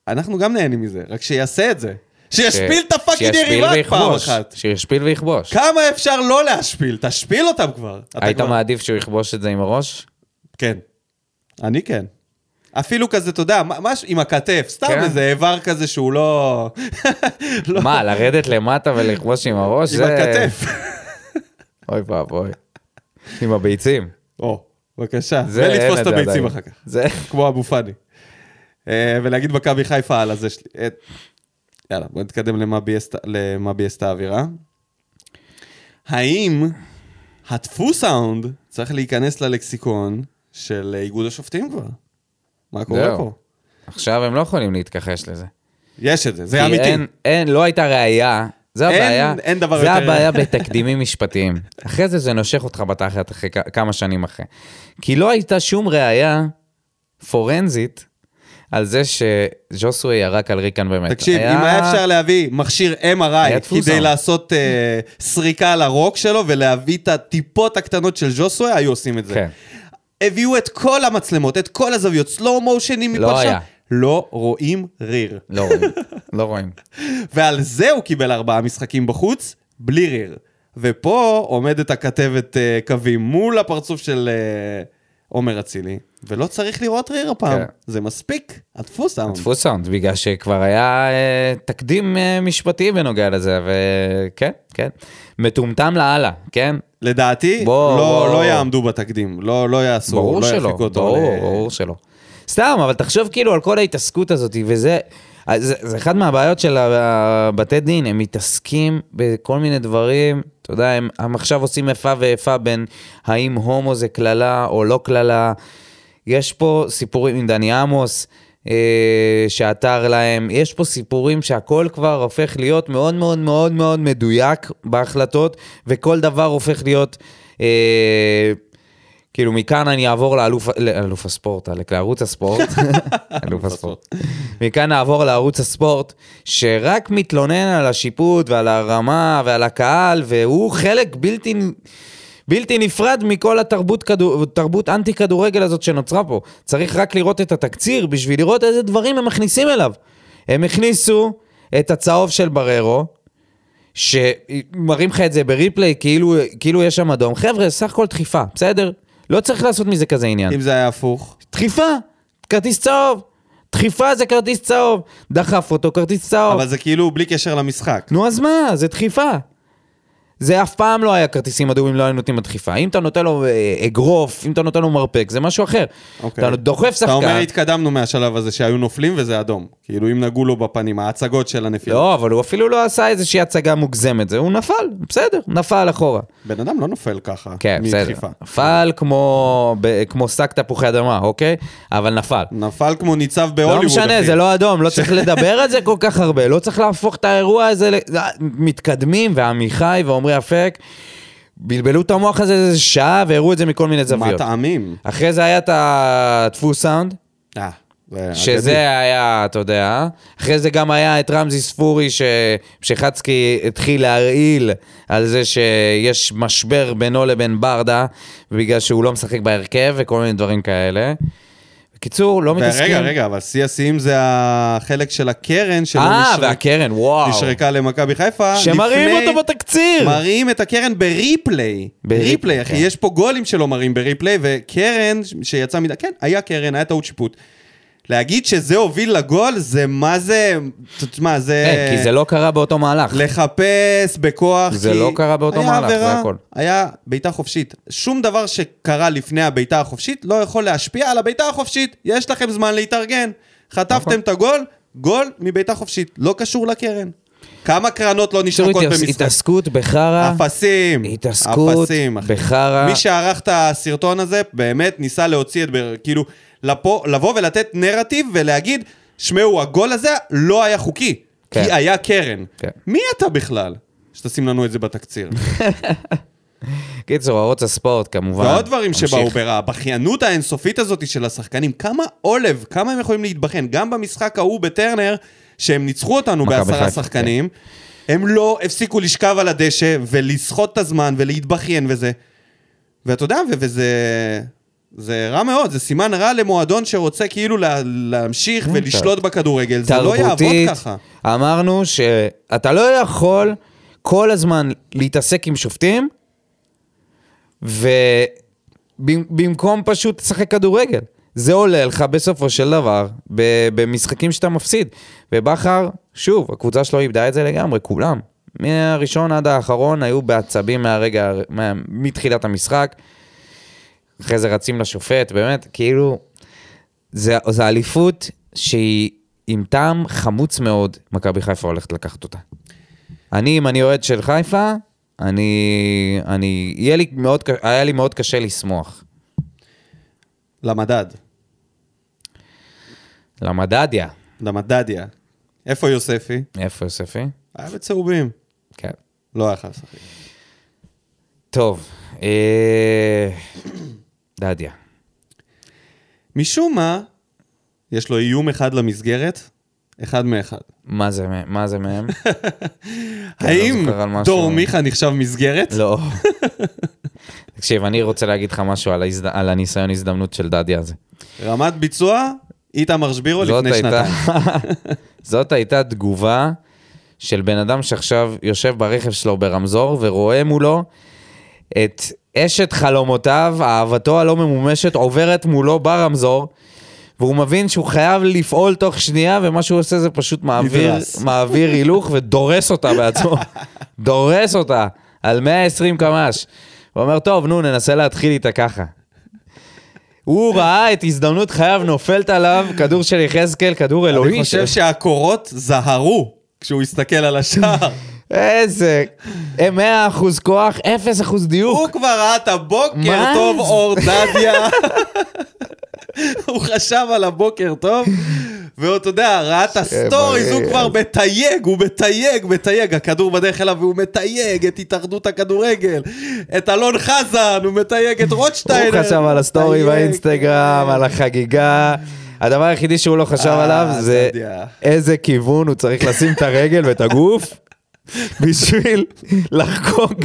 אנחנו גם נהנים מזה, רק שיעשה את זה. שישפיל ש- את הפאקינג שישפיל יריבה פעם ויכבוש, אחת. שישפיל ויכבוש. כמה אפשר לא להשפיל? תשפיל אותם כבר. אתה היית כבר- מעדיף שהוא יכבוש את זה עם הראש? כן. אני כן. אפילו כזה, אתה יודע, מה- משהו עם הכתף, סתם כן. איזה איבר כזה שהוא לא... לא- מה, לרדת למטה ולכבוש עם הראש? עם זה- הכתף. אוי ואבוי. עם הביצים. או, בבקשה. זה אין ולתפוס את זה הביצים עדיין. אחר כך. זה... כמו אבו פאני. אה, ולהגיד מכבי חיפה על הזה שלי. אה, יאללה, בוא נתקדם למה ביאס את- למה ביאס את האווירה. האם הדפו סאונד צריך להיכנס ללקסיקון של איגוד השופטים כבר? מה קורה זהו. פה? עכשיו הם לא יכולים להתכחש לזה. יש את זה, זה כי אמיתי. אין, אין, לא הייתה ראייה. זה אין- הבעיה, אין דבר זה יותר- הבעיה בתקדימים משפטיים. אחרי זה זה נושך אותך בתחת אחרי כ- כמה שנים אחרי. כי לא הייתה שום ראייה פורנזית על זה שג'וסוי ירק על ריקן באמת. תקשיב, אם היה אפשר להביא מכשיר היה MRI דפוס כדי סאונד. לעשות אה, סריקה על הרוק שלו ולהביא את הטיפות הקטנות של ז'וסווה, היו עושים את זה. כן. הביאו את כל המצלמות, את כל הזוויות, סלואו מושנים מפה לא לשם. היה. לא רואים ריר. לא רואים, לא רואים. ועל זה הוא קיבל ארבעה משחקים בחוץ, בלי ריר. ופה עומדת הכתבת אה, קווים מול הפרצוף של אה, עומר אצילי, ולא צריך לראות ריר הפעם. כן. זה מספיק, הדפוס סאונד. דפוס סאונד, בגלל שכבר היה אה, תקדים אה, משפטי בנוגע לזה, וכן, כן. מטומטם לאללה, כן? לדעתי, בוא, לא, בוא. לא יעמדו בתקדים, לא, לא יעשו, ברור לא שלא, ירחיקו אותו. ברור, ל- ברור שלא. אה, סתם, אבל תחשוב כאילו על כל ההתעסקות הזאת, וזה... אז זה, זה אחת מהבעיות של הבתי דין, הם מתעסקים בכל מיני דברים, אתה יודע, הם, הם עכשיו עושים איפה ואיפה בין האם הומו זה קללה או לא קללה. יש פה סיפורים עם דני עמוס, אה, שעתר להם, יש פה סיפורים שהכל כבר הופך להיות מאוד מאוד מאוד מאוד מדויק בהחלטות, וכל דבר הופך להיות... אה, כאילו מכאן אני אעבור לאלוף, לאלוף הספורט, עלק, לערוץ הספורט. אלוף הספורט. מכאן נעבור לערוץ הספורט, שרק מתלונן על השיפוט ועל הרמה ועל הקהל, והוא חלק בלתי, בלתי נפרד מכל התרבות כדור, תרבות אנטי כדורגל הזאת שנוצרה פה. צריך רק לראות את התקציר בשביל לראות איזה דברים הם מכניסים אליו. הם הכניסו את הצהוב של בררו, שמראים לך את זה בריפליי כאילו, כאילו יש שם אדום. חבר'ה, סך הכל דחיפה, בסדר? לא צריך לעשות מזה כזה עניין. אם זה היה הפוך. דחיפה, כרטיס צהוב. דחיפה זה כרטיס צהוב. דחף אותו כרטיס צהוב. אבל זה כאילו בלי קשר למשחק. נו, אז מה? זה דחיפה. זה אף פעם לא היה כרטיסים אדומים, לא היו נותנים לו דחיפה. אם אתה נותן לו אה, אגרוף, אם אתה נותן לו מרפק, זה משהו אחר. אוקיי. אתה דוחף שחקן. אתה אומר התקדמנו מהשלב הזה שהיו נופלים וזה אדום. כאילו אם נגעו לו בפנים, ההצגות של הנפילה. לא, אבל הוא אפילו לא עשה איזושהי הצגה מוגזמת. זה, הוא נפל, בסדר, נפל אחורה. בן אדם לא נופל ככה. כן, בסדר. מדחיפה. נפל כמו, ב, כמו שק תפוחי אדמה, אוקיי? אבל נפל. נפל כמו ניצב לא בהוליווד. משנה, אחי. זה לא אדום, לא צריך לדבר על זה כל כך הרבה, לא צריך להפוך את האירוע הזה, ל... מתקדמים, ועמיחי ועמרי אפק, בלבלו את המוח הזה איזה שעה והראו את זה מכל מיני מה זוויות. טעמים? אחרי זה היה את הדפוס סאונד, אה, זה אגדי. שזה היה, אתה יודע, אחרי זה גם היה את רמזי ספורי, ש... שחצקי התחיל להרעיל על זה שיש משבר בינו לבין ברדה, בגלל שהוא לא משחק בהרכב וכל מיני דברים כאלה. בקיצור, לא מתעסקים. רגע, רגע, אבל שיא השיאים זה החלק של הקרן שלא אה, נשרק- והקרן, וואו. נשרקה למכבי חיפה. שמראים לפני- אותו בתקציר. מראים את הקרן בריפליי. בריפליי, בריפליי, אחי. כן. יש פה גולים שלא מראים בריפליי, וקרן ש- שיצא מדי... כן, היה קרן, היה טעות שיפוט. להגיד שזה הוביל לגול, זה מה זה... תשמע, זה... כן, כי זה לא קרה באותו מהלך. לחפש בכוח, זה כי לא קרה באותו היה מהלך, זה עבירה, הכל. היה בעיטה חופשית. שום דבר שקרה לפני הבעיטה החופשית לא יכול להשפיע על הבעיטה החופשית. יש לכם זמן להתארגן. נכון. חטפתם את הגול, גול מבעיטה חופשית. לא קשור לקרן. כמה קרנות לא בקיצור, נשרקות התעס- במשחק? התעסקות בחרא. אפסים. התעסקות אפסים, אחי. בחרא. מי שערך את הסרטון הזה, באמת ניסה להוציא את... באר- כאילו, לפו, לבוא ולתת נרטיב ולהגיד, שמעו, הגול הזה לא היה חוקי. כן. כי היה קרן. כן. מי אתה בכלל? שתשים לנו את זה בתקציר. קיצור, ערוץ הספורט כמובן. ועוד דברים ממשיך. שבאו ברע, הבכיינות האינסופית הזאת של השחקנים, כמה עולב, כמה הם יכולים להתבכיין. גם במשחק ההוא בטרנר, שהם ניצחו אותנו מכבי בעשרה חיפה, כן. שחקנים, הם לא הפסיקו לשכב על הדשא ולסחוט את הזמן ולהתבכיין וזה. ואתה יודע, ו- וזה... זה רע מאוד, זה סימן רע למועדון שרוצה כאילו לה, להמשיך ולשלוט בכדורגל, זה לא יעבוד תרבותית. ככה. אמרנו שאתה לא יכול כל הזמן להתעסק עם שופטים, ובמקום פשוט לשחק כדורגל. זה עולה לך בסופו של דבר ב- במשחקים שאתה מפסיד. ובכר, שוב, הקבוצה שלו איבדה את זה לגמרי, כולם. מהראשון עד האחרון היו בעצבים מהרגע, הר- מה, מתחילת המשחק. אחרי זה רצים לשופט, באמת, כאילו, זה, זה אליפות שהיא עם טעם חמוץ מאוד, מכבי חיפה הולכת לקחת אותה. אני, אם אני אוהד של חיפה, אני... אני... יהיה לי מאוד, ק- היה לי מאוד קשה לשמוח. למדד, למדדיה. למדדיה. איפה יוספי? איפה יוספי? היה בצהובים. כן. לא היה חס, אחי. טוב, אה... דדיה. משום מה, יש לו איום אחד למסגרת, אחד מאחד. מה זה, מ- מה זה מהם? האם לא זוכר על משהו. דור מיכה נחשב מסגרת? לא. תקשיב, אני רוצה להגיד לך משהו על, ההזד... על הניסיון הזדמנות של דדיה הזה. רמת ביצוע, איתמר שבירו זאת לפני הייתה- שנתיים. זאת הייתה תגובה של בן אדם שעכשיו יושב ברכב שלו ברמזור ורואה מולו את אשת חלומותיו, אהבתו הלא ממומשת, עוברת מולו ברמזור, והוא מבין שהוא חייב לפעול תוך שנייה, ומה שהוא עושה זה פשוט מעביר, נדרס. מעביר הילוך ודורס אותה בעצמו. דורס אותה על 120 קמ"ש. הוא אומר, טוב, נו, ננסה להתחיל איתה ככה. הוא ראה את הזדמנות חייו נופלת עליו, כדור של יחזקאל, כדור אלוהי. אני חושב שהקורות זהרו כשהוא הסתכל על השער. איזה... 100 אחוז כוח, 0 אחוז הוא דיוק. כבר ראה את הבוקר מה טוב זה? אור דדיה. הוא חשב על הבוקר טוב, ואתה יודע, ראה את הסטוריז, הוא מראה. כבר מתייג, הוא מתייג, מתייג, הכדור בדרך אליו והוא מתייג את התאחדות הכדורגל, את אלון חזן, הוא מתייג את רוטשטיינר. הוא חשב על הסטורי מתייג. באינסטגרם, על החגיגה. הדבר היחידי שהוא לא חשב כן. אה, עליו זה אתה יודע. איזה כיוון הוא צריך לשים את הרגל ואת הגוף בשביל לחגוג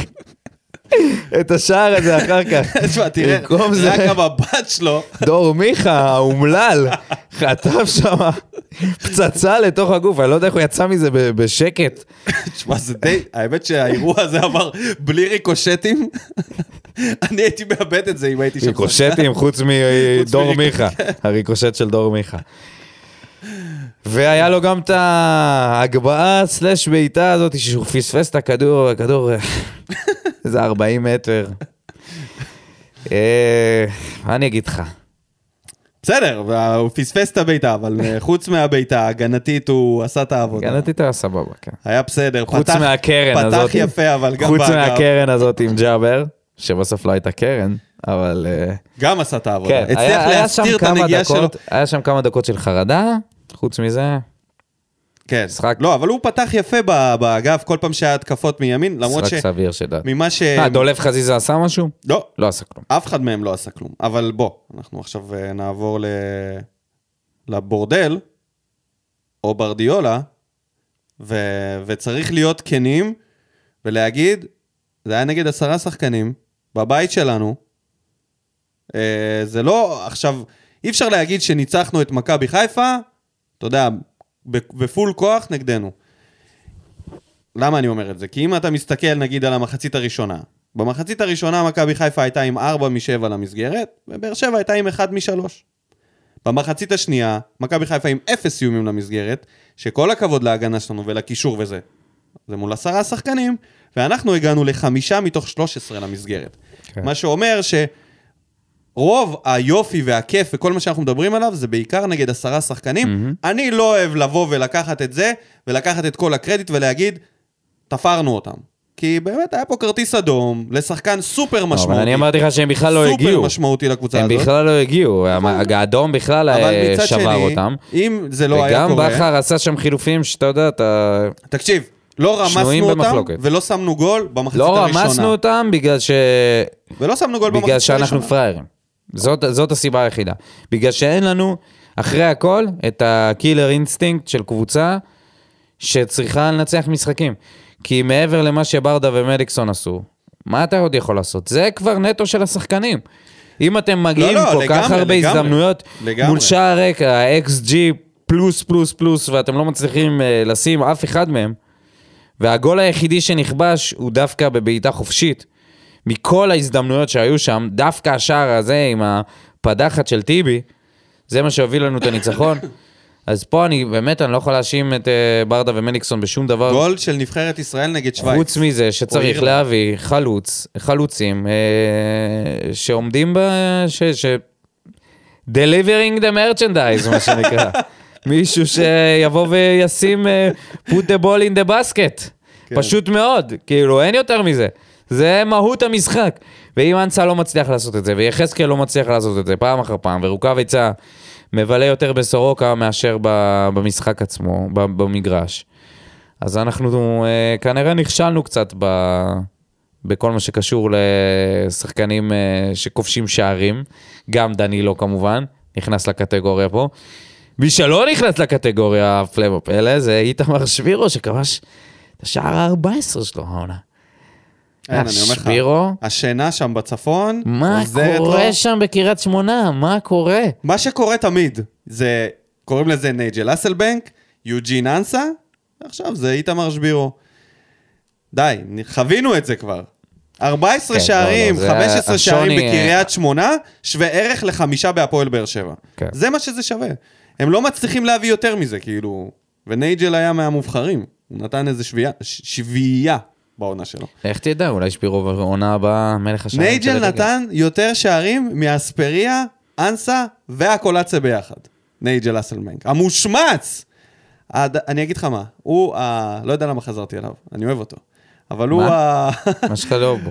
את השער הזה אחר כך. תשמע, תראה, במקום זה- רק המבט שלו, דור מיכה, האומלל, חטף שם פצצה לתוך הגוף, אני לא יודע איך הוא יצא מזה ב- בשקט. תשמע, זה די, האמת שהאירוע הזה עבר בלי ריקושטים. אני הייתי מאבד את זה אם הייתי שם. ריקושטים חוץ מדור מיכה, הריקושט של דור מיכה. והיה לו גם את ההגבהה סלאש בעיטה הזאת שהוא פספס את הכדור, הכדור איזה 40 מטר. אה, מה אני אגיד לך? בסדר, הוא פספס את הבעיטה, אבל אה, חוץ מהבעיטה ההגנתית הוא עשה את העבודה. הגנתית היה סבבה, כן. היה בסדר, חוץ פתח- מהקרן הזאת. פתח יפה, אבל גם חוץ באגף. מהקרן הזאת עם ג'אבר, שבסוף לא הייתה קרן, אבל... אה, גם עשה את העבודה. כן, הצליח היה- היה שם להסתיר את כמה הנגיעה שלו. דקות- היה שם כמה דקות של חרדה, חוץ מזה, כן, משחק- לא, אבל הוא פתח יפה ב- באגף כל פעם שהיה התקפות מימין, למרות משחק סביר שדעתי. שממה ש... אה, דולב חזיזה עשה משהו? לא, לא עשה כלום. אף אחד מהם לא עשה כלום. אבל בוא, אנחנו עכשיו אה, נעבור ל... לבורדל, או ברדיולה, ו... וצריך להיות כנים ולהגיד, זה היה נגד עשרה שחקנים בבית שלנו. אה, זה לא, עכשיו, אי אפשר להגיד שניצחנו את מכבי חיפה, אתה יודע, ב- בפול כוח נגדנו. למה אני אומר את זה? כי אם אתה מסתכל נגיד על המחצית הראשונה, במחצית הראשונה מכבי חיפה הייתה עם 4 מ-7 למסגרת, ובאר שבע הייתה עם 1 מ-3. במחצית השנייה, מכבי חיפה עם 0 איומים למסגרת, שכל הכבוד להגנה שלנו ולקישור וזה. זה מול עשרה שחקנים, ואנחנו הגענו לחמישה מתוך 13 למסגרת. כן. כן. מה שאומר שרוב היופי והכיף וכל מה שאנחנו מדברים עליו זה בעיקר נגד עשרה שחקנים. Mm-hmm. אני לא אוהב לבוא ולקחת את זה, ולקחת את כל הקרדיט ולהגיד, תפרנו אותם. כי באמת היה פה כרטיס אדום לשחקן סופר משמעותי. לא, אבל אני אמרתי לך שהם בכלל לא סופר הגיעו. משמעותי לקבוצה הם הזאת. בכלל לא הגיעו, האדום בכלל אבל אה, מצד שבר שני, אותם. אם זה לא היה וגם קורה... בכר עשה שם חילופים שאתה יודע, אתה... תקשיב, לא שנויים רמסנו אותם במחלוקת. ולא שמנו גול במחצית לא הראשונה. רמסנו אותם בגלל ש... ולא שמנו גול במחצית בגלל שאנחנו הראשונה. פראיירים. זאת, זאת הסיבה היחידה. בגלל שאין לנו, אחרי הכל, את הקילר אינסטינקט של קבוצה שצריכה לנצח משחקים. כי מעבר למה שברדה ומליקסון עשו, מה אתה עוד יכול לעשות? זה כבר נטו של השחקנים. אם אתם מגיעים לא, כל כך לגמרי, הרבה לגמרי. הזדמנויות לגמרי. מול שער ריק, ה-XG פלוס פלוס פלוס, ואתם לא מצליחים אה, לשים אף אחד מהם, והגול היחידי שנכבש הוא דווקא בבעיטה חופשית. מכל ההזדמנויות שהיו שם, דווקא השער הזה עם הפדחת של טיבי, זה מה שהוביל לנו את הניצחון. אז פה אני באמת, אני לא יכול להאשים את אה, ברדה ומליקסון בשום דבר. גול של נבחרת ישראל נגד שווייץ. חוץ מזה שצריך אירלנד. להביא חלוץ, חלוצים אה, שעומדים ב... ש... ש... delivering the merchandise, מה שנקרא. מישהו שיבוא וישים אה, put the ball in the basket. כן. פשוט מאוד, כאילו אין יותר מזה. זה מהות המשחק. ואם אנסה לא מצליח לעשות את זה, ויחזקאל לא מצליח לעשות את זה פעם אחר פעם, ורוקאביצה מבלה יותר בסורוקה מאשר ב- במשחק עצמו, ב- במגרש. אז אנחנו אה, כנראה נכשלנו קצת ב... בכל מה שקשור לשחקנים אה, שכובשים שערים, גם דנילו כמובן, נכנס לקטגוריה פה. מי שלא נכנס לקטגוריה, הפלא ופלא, זה איתמר שבירו שכבש את השער ה-14 שלו העונה. אין, אני אומר לך, שבירו? השינה שם בצפון, מה עוזרת קורה לו. שם בקריית שמונה? מה קורה? מה שקורה תמיד, זה, קוראים לזה נייג'ל אסלבנק, יוג'ין אנסה, ועכשיו זה איתמר שבירו. די, חווינו את זה כבר. 14 כן, שערים, לא, לא, זה 15 שערים השוני, אה, בקריית שמונה, שווה ערך לחמישה בהפועל באר שבע. כן. זה מה שזה שווה. הם לא מצליחים להביא יותר מזה, כאילו... ונייג'ל היה מהמובחרים, הוא נתן איזה שביעייה- ש- שביעייה בעונה שלו. איך תדע, אולי שבירו בעונה הבאה מלך השערים. של נייג'ל הליגה. נתן יותר שערים מאספריה, אנסה והקולציה ביחד. נייג'ל אסלמנק. המושמץ! הד... אני אגיד לך מה, הוא ה... לא יודע למה חזרתי אליו, אני אוהב אותו. אבל הוא ה... מה שלך לא בו.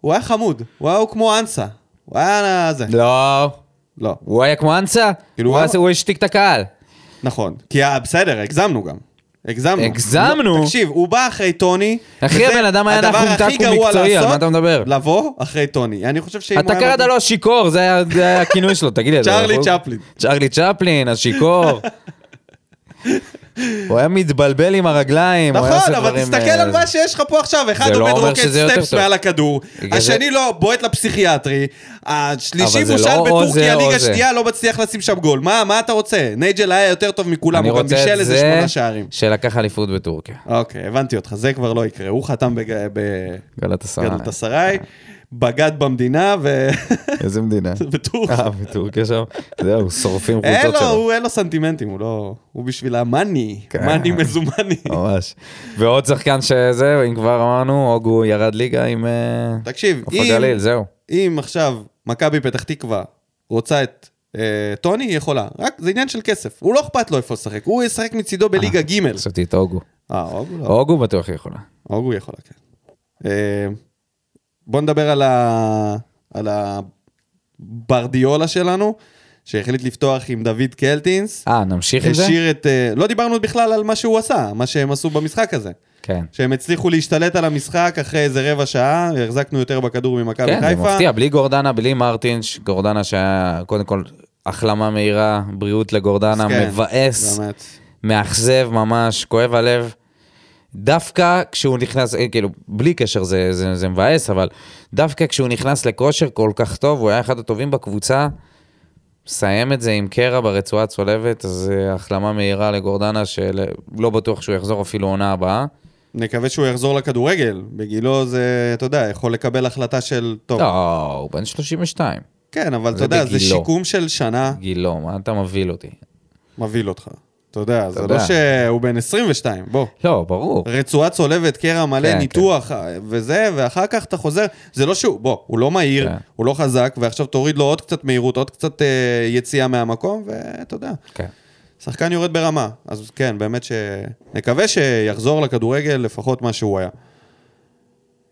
הוא היה חמוד, הוא היה הוא כמו אנסה. הוא היה זה. לא. לא. הוא היה כמו אנסה? כאילו, הוא הוא- עשה- הוא השתיק את הקהל. נכון. כי ה- בסדר, הגזמנו גם. הגזמנו. הגזמנו? לא, תקשיב, הוא בא אחרי טוני. אחי, וזה הבן אדם היה הדבר נחום הכי טקו גרוע מקצועי, על לעשות, מה אתה מדבר? לבוא אחרי טוני. אני חושב שאם הוא אתה היה קראת מביא- לו השיכור, זה היה- זה היה הכינוי שלו, תגיד לי. אתה- צ'רלי הוא- צ'פלין. צ'רלי צ'פלין, השיכור. הוא היה מתבלבל עם הרגליים, הוא היה נכון, עושה אבל דברים, תסתכל אה, על מה שיש לך פה עכשיו. אחד זה לא עומד אומר רוקד שזה יותר סטפס טוב. מעל הכדור, בגלל זה- השני לא בועט לפסיכיאטרי, השלישי אבל זה מושל לא או בטורקיה זה או ליגה זה. שנייה, לא מצליח לשים שם גול. מה מה אתה רוצה? נייג'ל היה יותר טוב מכולם, אני הוא גם רוצה בישל את איזה זה שמונה שערים. שלקח אליפות בטורקיה. אוקיי, הבנתי אותך, זה כבר לא יקרה. הוא חתם בג- גלת עשרה. בגדלות הסריי, בגד במדינה ו- איזה מדינה. בטורקיה. אה, בטורקיה שם. זהו, שורפים אין חולצות לו, אה, שלו. הוא אין לו סנטימנטים, הוא לא... הוא בשביל המאני, כן. אוקיי. מאני מזומני. ממש. ועוד שחקן שזהו, אם כבר אמרנו, אוגו ירד ליגה עם... אה, תקשיב, עוף אם הגליל, זהו. אם עכשיו מכבי פתח תקווה רוצה את אה, טוני, היא יכולה. רק זה עניין של כסף. הוא לא אכפת לו איפה לשחק, הוא ישחק מצידו אה, בליגה ג'. חשבתי את אוגו. אה, אוגו לא. אוגו בטוח יכולה. אוגו יכולה, כן. אה, בוא נדבר על ה... על הברדיולה שלנו, שהחליט לפתוח עם דוד קלטינס. אה, נמשיך עם זה? השאיר את... אה, לא דיברנו בכלל על מה שהוא עשה, מה שהם עשו במשחק הזה. כן. שהם הצליחו להשתלט על המשחק אחרי איזה רבע שעה, החזקנו יותר בכדור ממכבי כן, זה חיפה. מפתיע, בלי גורדנה, בלי מרטינש, גורדנה שהיה, קודם כל, החלמה מהירה, בריאות לגורדנה, כן, מבאס, באמת. מאכזב ממש, כואב הלב. דווקא כשהוא נכנס, אה, כאילו, בלי קשר זה, זה, זה מבאס, אבל דווקא כשהוא נכנס לכושר כל כך טוב, הוא היה אחד הטובים בקבוצה, מסיים את זה עם קרע ברצועה הצולבת, אז אה, החלמה מהירה לגורדנה, שלא בטוח שהוא יחזור אפילו עונה הבאה. נקווה שהוא יחזור לכדורגל. בגילו זה, אתה יודע, יכול לקבל החלטה של, טוב, לא, הוא בן 32. כן, אבל אתה זה יודע, זה בגילו. שיקום של שנה גילו, מה אתה מבהיל אותי? מבהיל אותך. אתה יודע, זה יודע. לא שהוא בן 22, בוא. לא, ברור. רצועה צולבת, קרע מלא, כן, ניתוח וזה, ואחר כך אתה חוזר, זה לא שהוא, בוא, הוא לא מהיר, כן. הוא לא חזק, ועכשיו תוריד לו עוד קצת מהירות, עוד קצת אה, יציאה מהמקום, ואתה יודע, כן. שחקן יורד ברמה. אז כן, באמת ש... נקווה שיחזור לכדורגל לפחות מה שהוא היה.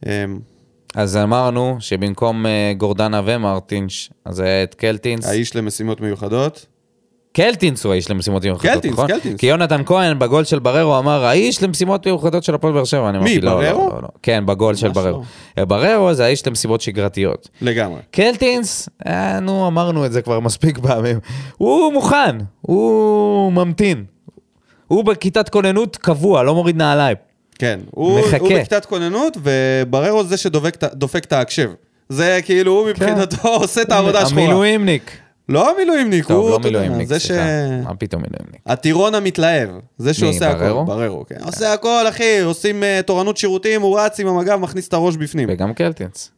אמ, אז אמרנו שבמקום אה, גורדנה ומרטינש, אז היה את קלטינס. האיש למשימות מיוחדות. קלטינס הוא האיש למשימות מיוחדות, קלטינס, נכון? קלטינס. כי יונתן כהן בגול של בררו אמר, האיש למשימות מיוחדות של הפועל באר שבע. אני אמרתי, "לא, לא, בררו? לא, לא." כן, בגול של ממש בררו. אה, בררו זה האיש למשימות שגרתיות. לגמרי. קלטינס, אה, נו, אמרנו את זה כבר מספיק פעמים. הוא מוכן, הוא ממתין. הוא בכיתת כוננות קבוע, לא מוריד נעליים. כן. הוא, מחכה. הוא בכיתת כוננות, ובררו זה שדופק את ההקשב. זה כאילו, כן. הוא מבחינתו עושה את העבודה השחורה. המילואימניק. לא המילואימניק, הוא... טוב, לא אתה יודע, מילואימניק, זה סליחה. ש... מה פתאום מילואימניק? הטירון המתלהב, זה שהוא מי, עושה הכל, בררו? בררו, כן. עושה הכל, אחי, עושים אה, תורנות שירותים, הוא רץ עם המגב, מכניס את הראש בפנים. וגם קלטינס.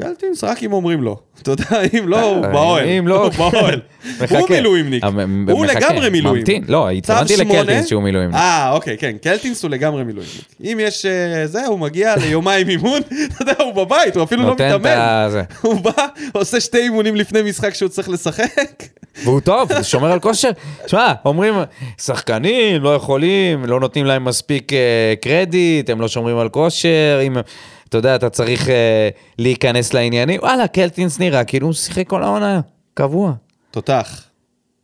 גלטינס כן, רק אם אומרים לא. אתה יודע, אם לא, הוא אה, באוהל. אם לא, הוא באוהל. מחכה. הוא מילואימניק. המ- הוא מחכה, לגמרי מילואים. ממתין. לא, התכוונתי צו שמונה. לקלטינס שהוא מילואימניק. אה, אוקיי, כן, קלטינס הוא לגמרי מילואימניק. אם יש אה, זה, הוא מגיע ליומיים אימון, אתה יודע, הוא בבית, הוא אפילו לא נותן את מתאמן. ה... זה. הוא בא, עושה שתי אימונים לפני משחק שהוא צריך לשחק. והוא טוב, הוא שומר על כושר. שמע, אומרים, שחקנים לא יכולים, לא נותנים להם מספיק אה, קרדיט, הם לא שומרים על כושר, אם... אתה יודע, אתה צריך אה, להיכנס לעניינים. וואלה, קלטינס נראה כאילו הוא שיחק כל העונה, קבוע. תותח.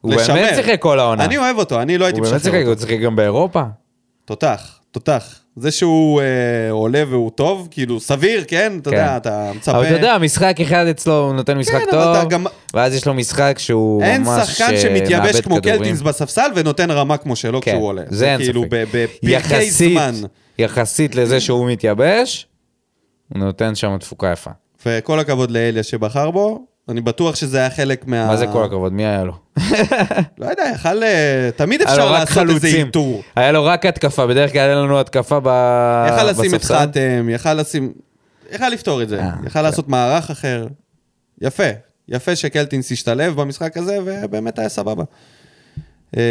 הוא באמת לשמר. שיחק כל העונה. אני אוהב אותו, אני לא הייתי הוא באמת שיחק, משחרר הוא אותו. שיחק גם באירופה. תותח, תותח. זה שהוא אה, עולה והוא טוב, כאילו, סביר, כן? אתה כן. יודע, אתה מצפה... אבל אתה יודע, משחק אחד אצלו הוא נותן משחק כן, אבל טוב, אתה גם- ואז יש לו משחק שהוא ממש אין שחקן אה, שמתייבש מאבד כמו כדורים. קלטינס בספסל ונותן רמה כמו שלו כן, כשהוא עולה. זה אין כאילו ספק. ב- בפרקי יחסית- זמן. יחסית לזה שהוא מתייבש, הוא נותן שם תפוקה יפה. וכל הכבוד לאליה שבחר בו, אני בטוח שזה היה חלק מה... מה זה כל הכבוד? מי היה לו? לא יודע, יכל... אה, תמיד היה לו אפשר רק לעשות איזה חלוצים. איתור. היה לו רק התקפה, בדרך כלל אין לנו התקפה ב... יכל לשים את בספסל. חתם, יכל לשים... יכל לפתור את זה, אה, יכל לעשות מערך אחר. יפה, יפה שקלטינס השתלב במשחק הזה, ובאמת היה סבבה. אה,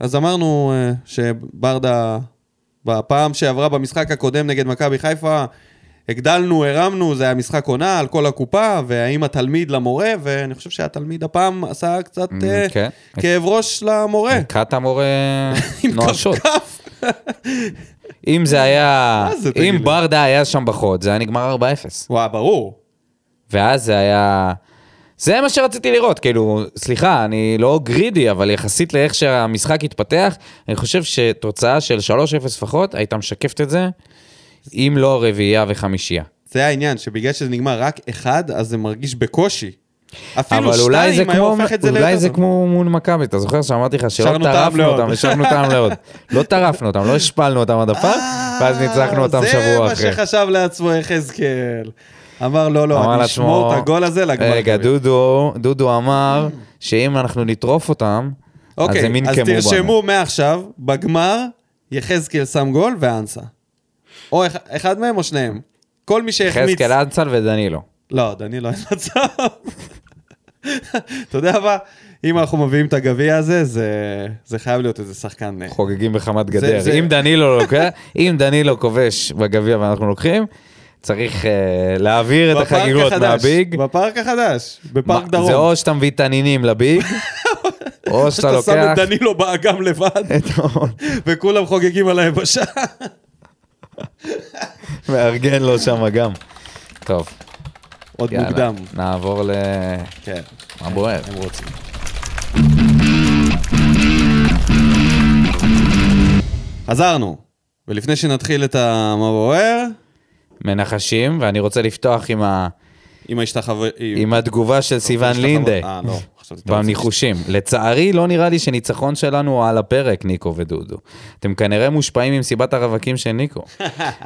אז אמרנו אה, שברדה, בפעם שעברה במשחק הקודם נגד מכבי חיפה, הגדלנו, הרמנו, זה היה משחק עונה על כל הקופה, והאם התלמיד למורה, ואני חושב שהתלמיד הפעם עשה קצת Mm, אה, כן. כאב ראש למורה. קאטה מורה עם נואשות. כפכף. אם זה היה... מה זה, תגיד אם לי? ברדה היה שם בחוד, זה היה נגמר 4-0. וואה, ברור. ואז זה היה... זה מה שרציתי לראות, כאילו, סליחה, אני לא גרידי, אבל יחסית לאיך שהמשחק התפתח, אני חושב שתוצאה של 3-0 לפחות הייתה משקפת את זה, אם לא רביעייה וחמישייה. זה העניין, שבגלל שזה נגמר רק אחד, אז זה מרגיש בקושי. אפילו אבל אולי זה שתיים היה כמו, הופך את זה ליותר. אולי זה כמו מול מכבי, אתה זוכר שאמרתי לך שלא שרנו טעם טרפנו לעוד. אותם, השארנו טעם לעוד. לא טרפנו אותם, לא השפלנו אותם עד הפעם, ואז ניצחנו אותם שבוע אה, זה אחרי. מה שחשב לעצמו יחזקאל. אמר לא, לא, אמר אני לעצמו, אשמור את הגול הזה לגמר. רגע, הגביע." דודו, דודו אמר שאם אנחנו נטרוף אותם, אז אוקיי, הם ינקמו אז בנו. תרשמו מעכשיו, בגמר, יחזקאל שם גול ואנסה. או אח- אחד מהם או שניהם. כל מי שהחמיץ. חזקאל אנסל ודנילו. לא, דנילו אין מצב. אתה יודע מה? אם אנחנו מביאים את הגביע הזה, זה- זה חייב להיות איזה שחקן. אה, חוגגים בחמת גדר. זה- אם דנילו לוקח, אם דנילו כובש בגביע ואנחנו לוקחים, צריך אה, להעביר את בפארק החגיגות החדש, מהביג. בפארק החדש, בפארק מה, דרום. זה או שאתה מביא תנינים לביג, או שאתה שאתה שם לוקח... את דנילו באגם לבד, את ההון, וכולם חוגגים על היבשה. מארגן לו שם גם. טוב, עוד יאללה, מוקדם. נעבור ל... כן, מה בוער? הם רוצים. חזרנו. ולפני שנתחיל את המה בוער, מנחשים, ואני רוצה לפתוח עם ה- עם ההשתחוות... עם התגובה של סיון לינדה. אה, לא. חשבתי שאתה רוצה- בניחושים. לצערי, לא נראה לי שניצחון שלנו הוא על הפרק, ניקו ודודו. אתם כנראה מושפעים ממסיבת הרווקים של ניקו.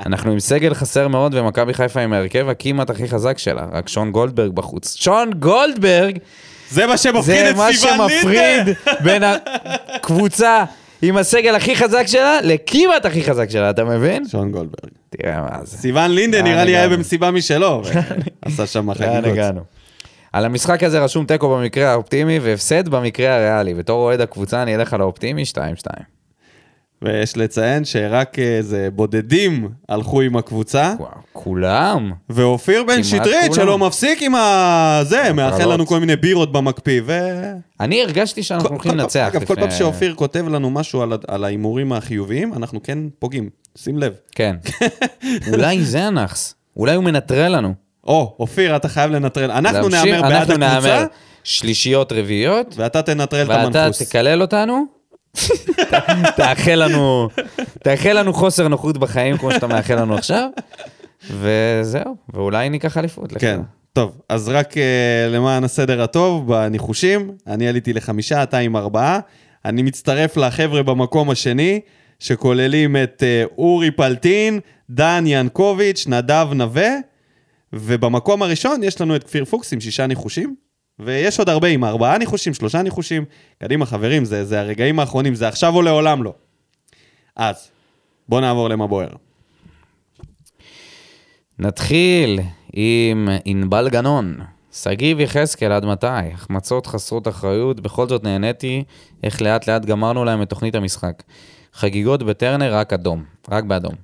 אנחנו עם סגל חסר מאוד, ומכבי חיפה עם ההרכב הכמעט הכי חזק שלה, רק שון גולדברג בחוץ. שון גולדברג זה מה שמפחיד את סיון זה לינדה! מה שמפריד בין הקבוצה עם הסגל הכי חזק שלה לכמעט הכי חזק שלה, אתה מבין? שון גולדברג. תראה מה זה. סיון לינדה לאן נראה לי היה הגענו? במסיבה משלו. עשה שם לאן חגיגות. הגענו? על המשחק הזה רשום תיקו במקרה האופטימי והפסד במקרה הריאלי. בתור אוהד הקבוצה אני אלך על האופטימי 2-2. ויש לציין שרק איזה בודדים הלכו עם הקבוצה, וואו, כולם? ואופיר בן כמעט שטרית, כולם. שלא מפסיק עם ה... זה, מאחל הקרנות. לנו כל מיני בירות במקפיא, ו... אני הרגשתי שאנחנו כל- כל הולכים פעם- לנצח. אגב, כל לפני- פעם שאופיר כותב לנו משהו על ה- על ההימורים החיוביים, אנחנו כן פוגעים, שים לב. כן. אולי זה הנאחס. אולי הוא מנטרל לנו. או, אופיר, אתה חייב לנטרל. אנחנו להמשיך, נהמר בעד אנחנו הקבוצה, נהמר שלישיות רביעיות, ואתה תנטרל את ואתה המנחוס. תקלל אותנו, תאחל לנו, תאחל לנו חוסר נוחות בחיים כמו שאתה מאחל לנו עכשיו, וזהו, ואולי ניקח אליפות. לך כן, תדע. טוב, אז רק אה, למען הסדר הטוב, בניחושים, אני עליתי לחמישה, אתה עם ארבעה. אני מצטרף לחבר'ה במקום השני, שכוללים את אה, אורי פלטין, דן ינקוביץ', נדב נווה, ובמקום הראשון יש לנו את כפיר פוקס עם שישה ניחושים, ויש עוד הרבה עם ארבעה ניחושים, שלושה ניחושים. קדימה, חברים, זה, זה הרגעים האחרונים, זה עכשיו או לעולם לא. אז, בואו נעבור למה בוער. נתחיל עם ענבל גנון. שגיב יחזקאל עד מתי? החמצות חסרות אחריות, בכל זאת נהניתי איך לאט לאט גמרנו להם את תוכנית המשחק. חגיגות בטרנר רק אדום, רק באדום.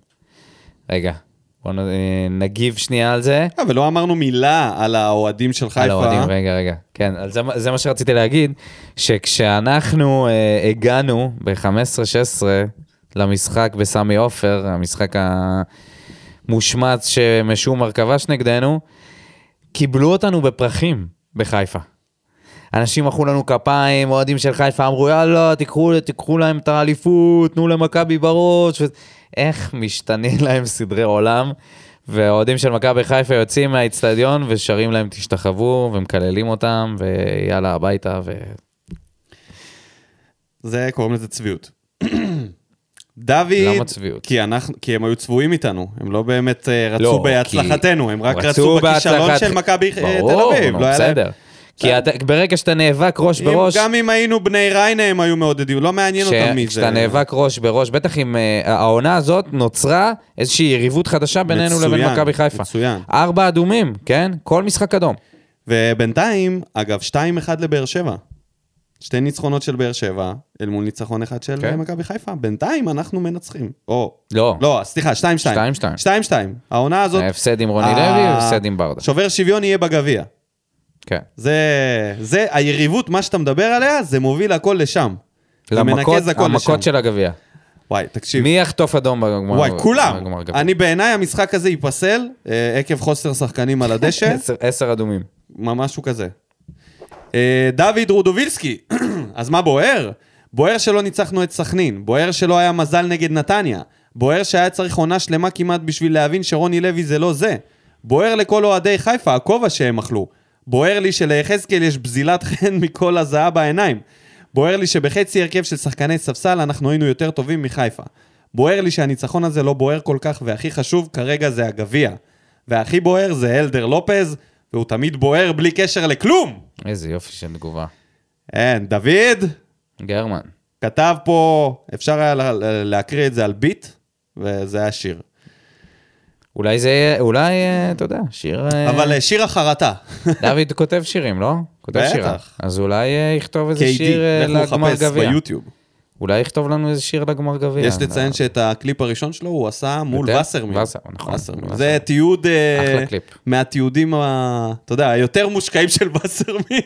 רגע, בואו נגיב שנייה על זה. אה, ולא אמרנו מילה על האוהדים של חיפה. על האוהדים, רגע, רגע. כן, על זה, מה- זה מה שרציתי להגיד, שכשאנחנו אה, הגענו ב-15-16 למשחק בסמי עופר, המשחק המושמץ שמשומר כבש נגדנו, קיבלו אותנו בפרחים בחיפה. אנשים מחאו לנו כפיים, אוהדים של חיפה אמרו, יאללה, תיקחו, תיקחו להם את האליפות, תנו למכבי בראש. ו... איך משתנה להם סדרי עולם, והאוהדים של מכבי חיפה יוצאים מהאיצטדיון ושרים להם תשתחוו, ומקללים אותם, ויאללה הביתה, ו... זה, קוראים לזה צביעות. דוד, למה צביעות? כי, אנחנו, כי הם היו צבועים איתנו, הם לא באמת אה, רצו לא, לא, בהצלחתנו, הם רק רצו רצו, בכישלון בהצלחת- של מכבי אה, ברור, תל אביב. נו, לא היה להם- בסדר. כי אתה, ברגע שאתה נאבק ראש אם- בראש, גם אם היינו בני ריינה הם היו מעודדים, לא מעניין אותם מי זה. כשאתה נאבק ראש בראש, בטח אם אה, העונה הזאת נוצרה איזושהי יריבות חדשה בינינו מצוין, לבין מכבי חיפה. מצוין. ארבע אדומים, כן? כל משחק אדום. ובינתיים, אגב, 2-1 לבאר שבע. שתי ניצחונות של באר שבע, אל מול ניצחון אחד של כן. אה, מכבי חיפה. בינתיים אנחנו מנצחים. או, לא. לא, סליחה, 2-2. 2-2. 2-2. העונה הזאת... אה, ההפסד עם רוני לוי, ההפסד עם ברדה. שובר שוויון יהיה בגביע. כן. זה, זה, היריבות, מה שאתה מדבר עליה, זה מוביל הכל לשם. זה למכות, מנקז הכל לשם. המכות של הגביע. וואי, תקשיב. מי יחטוף אדום בגמר? וואי, כולם. בגמר גביע? אני בעיניי המשחק הזה ייפסל אה, עקב חוסר שחקנים על הדשא, עשר- עשר אדומים. מה- משהו כזה. אה, דוד רודובילסקי, אז מה בוער? בוער שלא ניצחנו את סכנין, בוער שלא היה מזל נגד נתניה, בוער שהיה צריך עונה שלמה כמעט בשביל להבין שרוני לוי זה לא זה. בוער לכל אוהדי חיפה, הכובע שהם אכלו. בוער לי שליחזקאל יש בזילת חן מכל הזעה בעיניים. בוער לי שבחצי הרכב של שחקני ספסל אנחנו היינו יותר טובים מחיפה. בוער לי שהניצחון הזה לא בוער כל כך, והכי חשוב כרגע זה הגביע. והכי בוער זה אלדר לופז, והוא תמיד בוער בלי קשר לכלום! איזה יופי של תגובה. אין, דוד גרמן. כתב פה, אפשר היה לה- להקריא את זה על ביט, וזה היה שיר. אולי זה יהיה, אולי, אה, אתה יודע, שיר... אה, אבל אה, שיר החרטה. דוד כותב שירים, לא? כותב בטח. שירה. אז אולי אה, יכתוב איזה KD, שיר אה, לכו לגמר לחפש גביע. ביוטיוב. אולי יכתוב לנו איזה שיר לגמר גביע. אה, יש לציין שאת הקליפ הראשון שלו הוא עשה מול יותר? וסרמן. וסר, נכון. וסרמן. וסרמן. זה תיעוד אה, אחלה קליפ. מהתיעודים, ה- אתה יודע, היותר מושקעים של וסרמיל.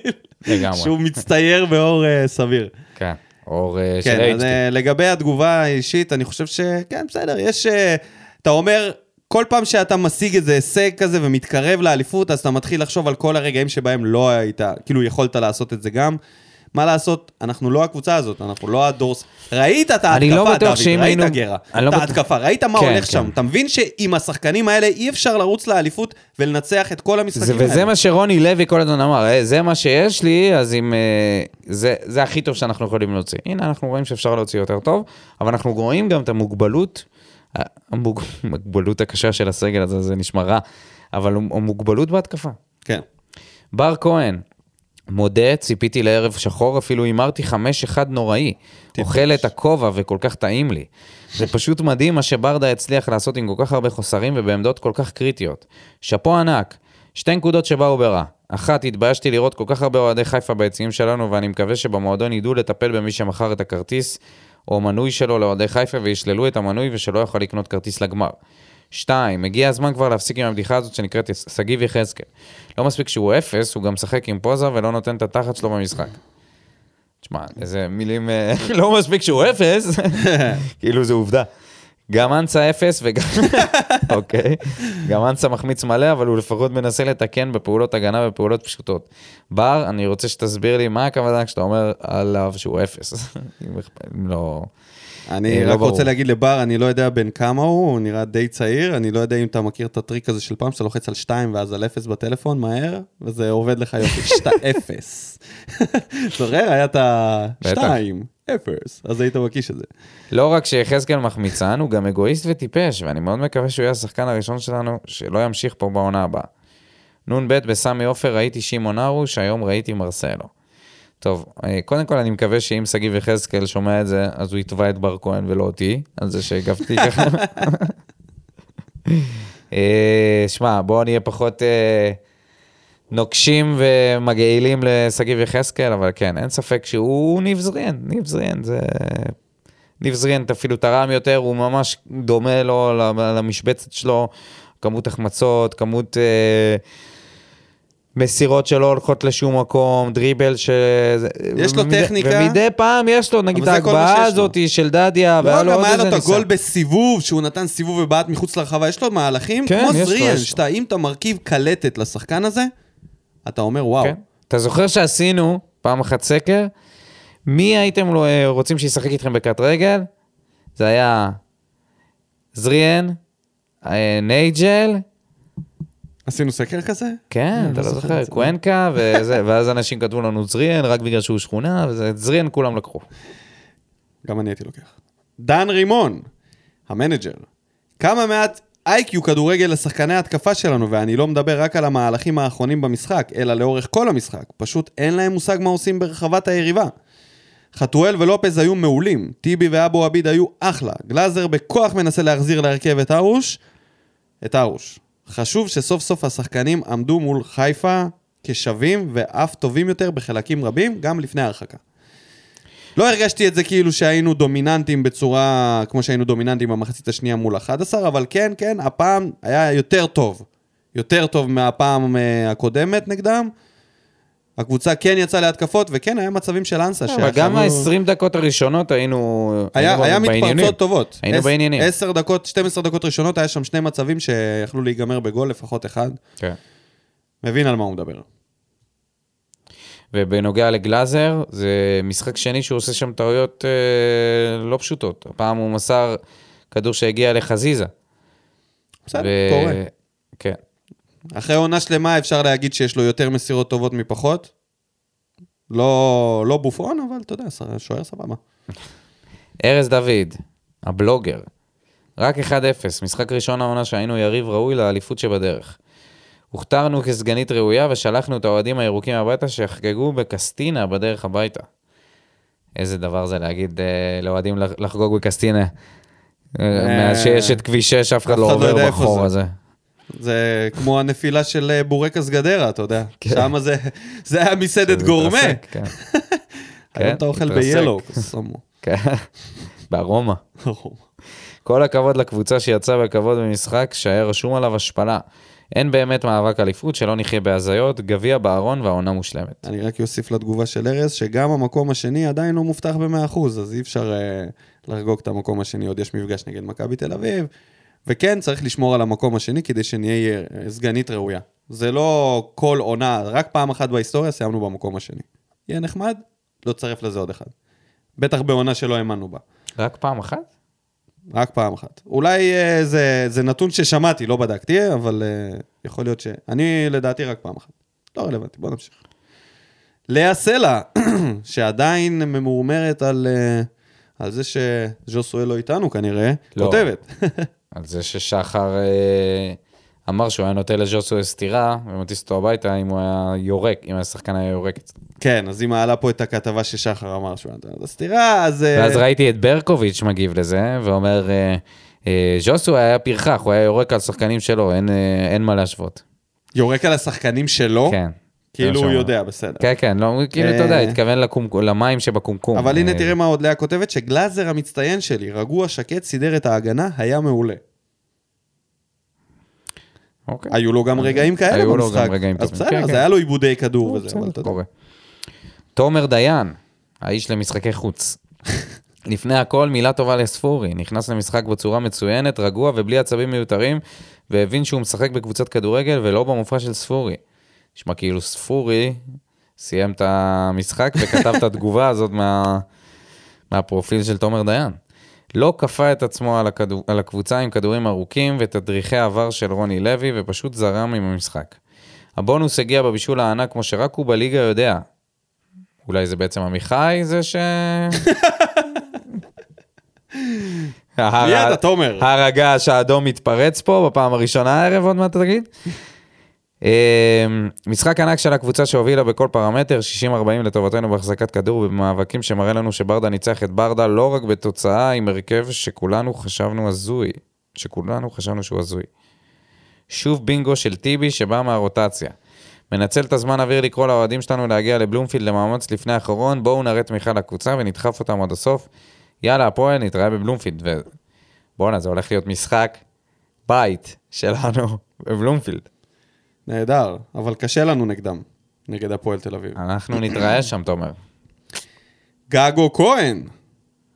לגמרי. שהוא מצטייר באור אה, סביר. כן. אור אה, של כן, אז HD. אה, לגבי התגובה האישית, אני חושב שכן, בסדר, יש... אה, אתה אומר, כל פעם שאתה משיג איזה הישג כזה ומתקרב לאליפות, אז אתה מתחיל לחשוב על כל הרגעים שבהם לא היית, כאילו יכולת לעשות את זה גם. מה לעשות, אנחנו לא הקבוצה הזאת, אנחנו לא הדורס. ראית את אני לא ההתקפה, בטוח דוד, שאם ראית היינו- גרה, את אני לא בטוח- ההתקפה, ראית מה כן, הולך כן. שם. אתה מבין שעם השחקנים האלה אי אפשר לרוץ לאליפות ולנצח את כל זה, המשחקים האלה. וזה מה שרוני לוי כל הזמן אמר, "אה, זה מה שיש לי, אז אם... אה, זה, זה הכי טוב שאנחנו יכולים להוציא. הנה, אנחנו רואים שאפשר להוציא יותר טוב, אבל אנחנו רואים גם את המוגבלות, ה- המוג- המוגבלות הקשה של הסגל הזה, זה נשמע רע, אבל המוגבלות בהתקפה. כן. בר כהן, מודה, ציפיתי לערב שחור, אפילו הימרתי 5-1 נוראי. אוכל את הכובע וכל כך טעים לי. זה פשוט מדהים מה שברדה הצליח לעשות עם כל כך הרבה חוסרים ובעמדות כל כך קריטיות. שאפו ענק. שתי נקודות שבאו ברע. אחת, התביישתי לראות כל כך הרבה אוהדי חיפה ביציעים שלנו, ואני מקווה שבמועדון ידעו לטפל במי שמכר את הכרטיס או מנוי שלו לאוהדי חיפה וישללו את המנוי ושלא יכול לקנות כרטיס לגמר. שתיים, הגיע הזמן כבר להפסיק עם הבדיחה הזאת שנקראת יס- שגיב יחזקאל. לא מספיק שהוא אפס, הוא גם משחק עם פוזה ולא נותן את התחת שלו במשחק. תשמע, איזה מילים... אה, לא מספיק שהוא אפס, כאילו זה עובדה. גם אנסה אפס וגם... אוקיי. גם אנסה מחמיץ מלא, אבל הוא לפחות מנסה לתקן בפעולות הגנה ופעולות פשוטות. בר, אני רוצה שתסביר לי מה הכוונה כשאתה אומר עליו שהוא אפס. אם אכפת- אם לא... אני אה, לא רק ברור. רוצה להגיד לבר, אני לא יודע בן כמה הוא, הוא נראה די צעיר, אני לא יודע אם אתה מכיר את הטריק הזה של פעם, שאתה לוחץ על 2 ואז על 0 בטלפון מהר, וזה עובד לך יופי, 2-0. זוכר? היה את בטח. ה-2-0, אז היית מקיש את זה. לא רק שיחזקאל מחמיצן, הוא גם אגואיסט וטיפש, ואני מאוד מקווה שהוא יהיה השחקן הראשון שלנו שלא ימשיך פה בעונה הבאה. נ"ב בסמי עופר ראיתי שמעון הרוש, היום ראיתי מרסלו. טוב, אה, קודם כל אני מקווה שאם שגיב יחזקאל שומע את זה, אז הוא יתבע את בר כהן ולא אותי, על זה שהגבתי ככה. אה, שמע, בואו נהיה פחות אה, נוקשים ומגעילים לשגיב יחזקאל, אבל כן, אין ספק שהוא ניב זריאן, ניב זריאן זה... ניב זריאן אפילו תרם יותר, הוא ממש דומה לו למשבצת שלו, כמות החמצות, כמות... אה, מסירות שלא הולכות לשום מקום, דריבל ש... יש לו ומדי- טכניקה. ומדי פעם יש לו, נגיד אבל זה כל מה שיש ההגבהה לו. הזאת של דדיה, לא, והיה לו גם עוד היה איזה לו את ניסיון. הגול בסיבוב, שהוא נתן סיבוב ובעט מחוץ לרחבה, יש לו מהלכים כן, כמו יש לו, זריאן, יש לו. שאתה, אם אתה מרכיב קלטת לשחקן הזה, אתה אומר וואו. כן. אתה זוכר שעשינו פעם אחת סקר? מי הייתם לו- אה, רוצים שישחק איתכם בקט רגל? זה היה זריאן, אה, נייג'ל, עשינו סקר כזה? אה, כן, אתה לא זוכר, קוונקה, וזה, ואז אנשים כתבו לנו זריאן, רק בגלל שהוא שכונה, וזה- את זריאן כולם לקחו. גם אני הייתי לוקח. דן רימון, המנג'ר. כמה מעט איי-קיו כדורגל לשחקני ההתקפה שלנו, ואני לא מדבר רק על המהלכים האחרונים במשחק, אלא לאורך כל המשחק. פשוט אין להם מושג מה עושים ברחבת היריבה. חתואל ולופז היו מעולים, טיבי ואבו עביד היו אחלה, גלאזר בכוח מנסה להחזיר להרכב את הרוש, את הרוש. חשוב שסוף סוף השחקנים עמדו מול חיפה כשווים ואף טובים יותר בחלקים רבים, גם לפני ההרחקה. לא הרגשתי את זה כאילו שהיינו דומיננטים בצורה, כמו שהיינו דומיננטים במחצית השנייה מול 11, אבל כן, כן, הפעם היה יותר טוב. יותר טוב מהפעם אה, הקודמת נגדם. הקבוצה כן יצאה להתקפות, וכן, היה מצבים של אנסה. אבל גם שיכלנו- ה-20 דקות הראשונות היינו היה, היינו היה בעניינים. מתפרצות טובות. היינו עש- בעניינים. עשר דקות, 12 דקות ראשונות, היה שם שני מצבים שיכלו להיגמר בגול, לפחות אחד. כן. מבין על מה הוא מדבר. ובנוגע לגלאזר, זה משחק שני שהוא עושה שם טעויות אה, לא פשוטות. הפעם הוא מסר כדור שהגיע לחזיזה. בסדר, ו- קורה. כן. אחרי עונה שלמה אפשר להגיד שיש לו יותר מסירות טובות מפחות. לא, לא בופון, אבל אתה יודע, שוער סבבה. ארז דוד, הבלוגר. רק 1-0, משחק ראשון העונה שהיינו יריב ראוי לאליפות שבדרך. הוכתרנו כסגנית ראויה ושלחנו את האוהדים הירוקים הביתה שיחגגו בקסטינה בדרך הביתה. איזה דבר זה להגיד אה, לאוהדים לח- לחגוג בקסטינה. אה, אה, מאז שיש את כביש 6 אף אחד לא אחד לא יודע עובר איפה בחור זה. הזה. זה כמו הנפילה של אה, בורקס גדרה, אתה יודע. שם זה, זה היה מסעדת גורמה. כן. מתרסק, כן. היום כן, אתה אוכל מתרסק. ביאלו, סומו. כן. בארומה. כל הכבוד לקבוצה שיצאה בכבוד במשחק שהיה רשום עליו השפלה. אין באמת מאבק אליפות, שלא נחיה בהזיות, גביע בארון והעונה מושלמת. אני רק אוסיף לתגובה של ארז, שגם המקום השני עדיין לא מובטח ב-100%, אז אי אפשר אה, לחגוג את המקום השני, עוד יש מפגש נגד מכבי תל אביב. וכן, צריך לשמור על המקום השני כדי שנהיה אה, סגנית ראויה. זה לא כל עונה, רק פעם אחת בהיסטוריה סיימנו במקום השני. יהיה נחמד, לא תצרף לזה עוד אחד. בטח בעונה שלא האמנו בה. רק פעם אחת? רק פעם אחת. אולי אה, זה, זה נתון ששמעתי, לא בדקתי, אבל אה, יכול להיות ש... אני לדעתי רק פעם אחת. לא רלוונטי, בוא נמשיך. לאה סלע, שעדיין ממורמרת על, אה, על זה שז'וסואל לא איתנו כנראה, לא. כותבת. על זה ששחר אה, אמר שהוא היה נותן לז'וסו סטירה ומטיס אותו הביתה אם הוא היה יורק, אם השחקן היה יורק. אצלו. כן, אז היא מעלה פה את הכתבה ששחר אמר שהוא נתן את הסתירה, אז... אה, ואז ראיתי את ברקוביץ' מגיב לזה ואומר, אה, אה, ז'וסו היה פרחח, הוא היה יורק על שחקנים שלו, אין, אה, אין מה להשוות. יורק על השחקנים שלו, כן. זה מה כאילו הוא שהוא אמר. יודע, בסדר. כן, כן, לא, הוא כאילו, אתה יודע, אה. התכוון לקומק- למים שבקומקום. אבל הנה אה, תראה מה עוד לאה כותבת, שגלאזר המצטיין שלי, רגוע, שקט, סידר את ההגנה, היה מעולה. אוקיי. היו לו גם רגעים כאלה היו לו במשחק. גם רגעים אז טובים. בסדר, כן, אז כן. היה לו עיבודי כדור וזה, בסדר, אבל אתה יודע. קורה. תומר דיין, האיש למשחקי חוץ. לפני הכל, מילה טובה לספורי. נכנס למשחק בצורה מצוינת, רגוע ובלי עצבים מיותרים, והבין שהוא משחק בקבוצת כדורגל ולא במופע של ספורי. נשמע כאילו ספורי סיים את המשחק וכתב את התגובה הזאת מה... מהפרופיל של תומר דיין. לא כפה את עצמו על, הכדור, על הקבוצה עם כדורים ארוכים ותדריכי עבר של רוני לוי, ופשוט זרם עם המשחק. הבונוס הגיע בבישול הענק כמו שרק הוא בליגה יודע. אולי זה בעצם עמיחי זה ש... ההר- מיד, התומר. אה. הרגע שהאדום מתפרץ פה בפעם הראשונה הערב, עוד מעט תגיד. אמ, משחק ענק של הקבוצה שהובילה בכל פרמטר, 60-40 לטובתנו בהחזקת כדור ובמאבקים שמראה לנו שברדה ניצח את ברדה לא רק בתוצאה עם הרכב שכולנו חשבנו הזוי, שכולנו חשבנו שהוא הזוי. שוב בינגו של טיבי שבא מהרוטציה. מנצל את הזמן אוויר לקרוא לאוהדים שלנו להגיע לבלומפילד למאמץ לפני האחרון, בואו נראה תמיכה לקבוצה ונדחף אותם עד הסוף. יאללה, הפועל, נתראה בבלומפילד. ו... בואנה, זה הולך להיות משחק בית שלנו בבלומפילד. נהדר, אבל קשה לנו נגדם, נגד הפועל תל אביב. אנחנו נתראה שם, תומר. גגו כהן,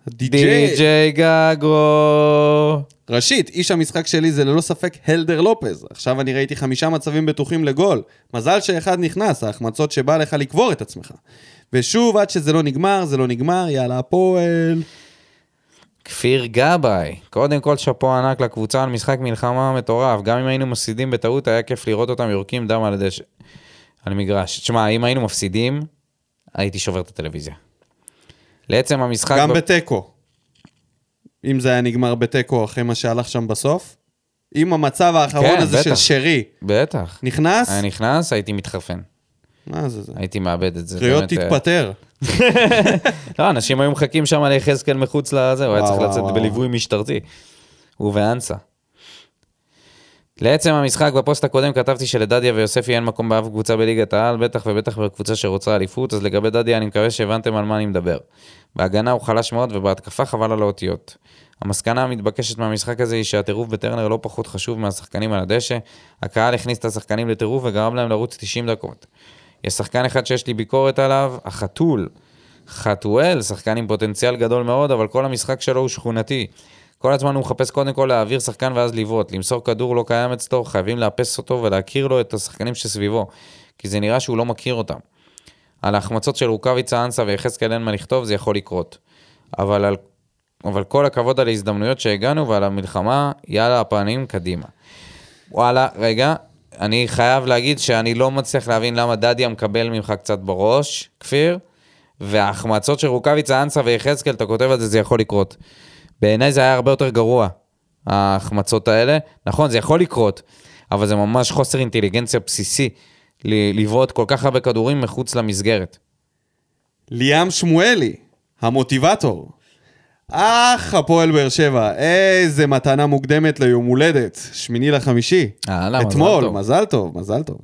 די-ג'יי. די.ג'יי גגו. ראשית, איש המשחק שלי זה ללא ספק הלדר לופז. עכשיו אני ראיתי חמישה מצבים בטוחים לגול. מזל שאחד נכנס, ההחמצות שבא לך לקבור את עצמך. ושוב, עד שזה לא נגמר, זה לא נגמר, יאללה הפועל. כפיר גבאי, קודם כל שאפו ענק לקבוצה על משחק מלחמה מטורף, גם אם היינו מפסידים בטעות היה כיף לראות אותם יורקים דם על הדשא, על מגרש. תשמע, אם היינו מפסידים, הייתי שובר את הטלוויזיה. לעצם המשחק... גם ב- בתיקו. אם זה היה נגמר בתיקו אחרי מה שהלך שם בסוף, אם המצב האחרון כן, הזה של בטח. שרי בטח. נכנס, היה נכנס, הייתי מתחרפן. מה זה זה? הייתי מאבד את זה. קריאות באמת, אה, תתפטר. לא, אנשים היו מחכים שם ליחזקאל מחוץ לזה, הוא היה וואו, צריך וואו, לצאת וואו. בליווי משטרתי. הוא ואנסה. לעצם המשחק, בפוסט הקודם כתבתי שלדדיה ויוספי אין מקום באף קבוצה בליגת העל, בטח ובטח בקבוצה שרוצה אליפות, אז לגבי דדיה אני מקווה שהבנתם על מה אני מדבר. בהגנה הוא חלש מאוד ובהתקפה חבל על האותיות. המסקנה המתבקשת מהמשחק הזה היא שהטירוף בטרנר לא פחות חשוב מהשחקנים על הדשא. הקהל הכניס את השחקנים לטירוף וגרם להם לרוץ 90 דקות. יש שחקן אחד שיש לי ביקורת עליו, החתול. חתואל, שחקן עם פוטנציאל גדול מאוד, אבל כל המשחק שלו הוא שכונתי. כל הזמן הוא מחפש קודם כל להעביר שחקן ואז לבעוט. למסור כדור לא קיים אצלו, חייבים לאפס אותו ולהכיר לו את השחקנים שסביבו, כי זה נראה שהוא לא מכיר אותם. על ההחמצות של רוקאביצה אנסה ויחזקאל אין מה לכתוב, זה יכול לקרות. אבל, על... אבל כל הכבוד על ההזדמנויות שהגענו ועל המלחמה, יאללה הפנים, קדימה. וואלה, רגע, אני חייב להגיד שאני לא מצליח להבין למה דדיה מקבל ממך קצת בראש, כפיר, וההחמצות של רוקאביצה, אנסה ויחזקאל, אתה כותב על זה, זה יכול לקרות. בעיניי זה היה הרבה יותר גרוע, ההחמצות האלה. נכון, זה יכול לקרות, אבל זה ממש חוסר אינטליגנציה בסיסי ל- לבעוט כל כך הרבה כדורים מחוץ למסגרת. ליאם שמואלי, המוטיבטור. אך, הפועל באר שבע, איזה מתנה מוקדמת ליום הולדת, שמיני לחמישי. אהלן, אה, מזל אתמול, טוב. מזל טוב, מזל טוב.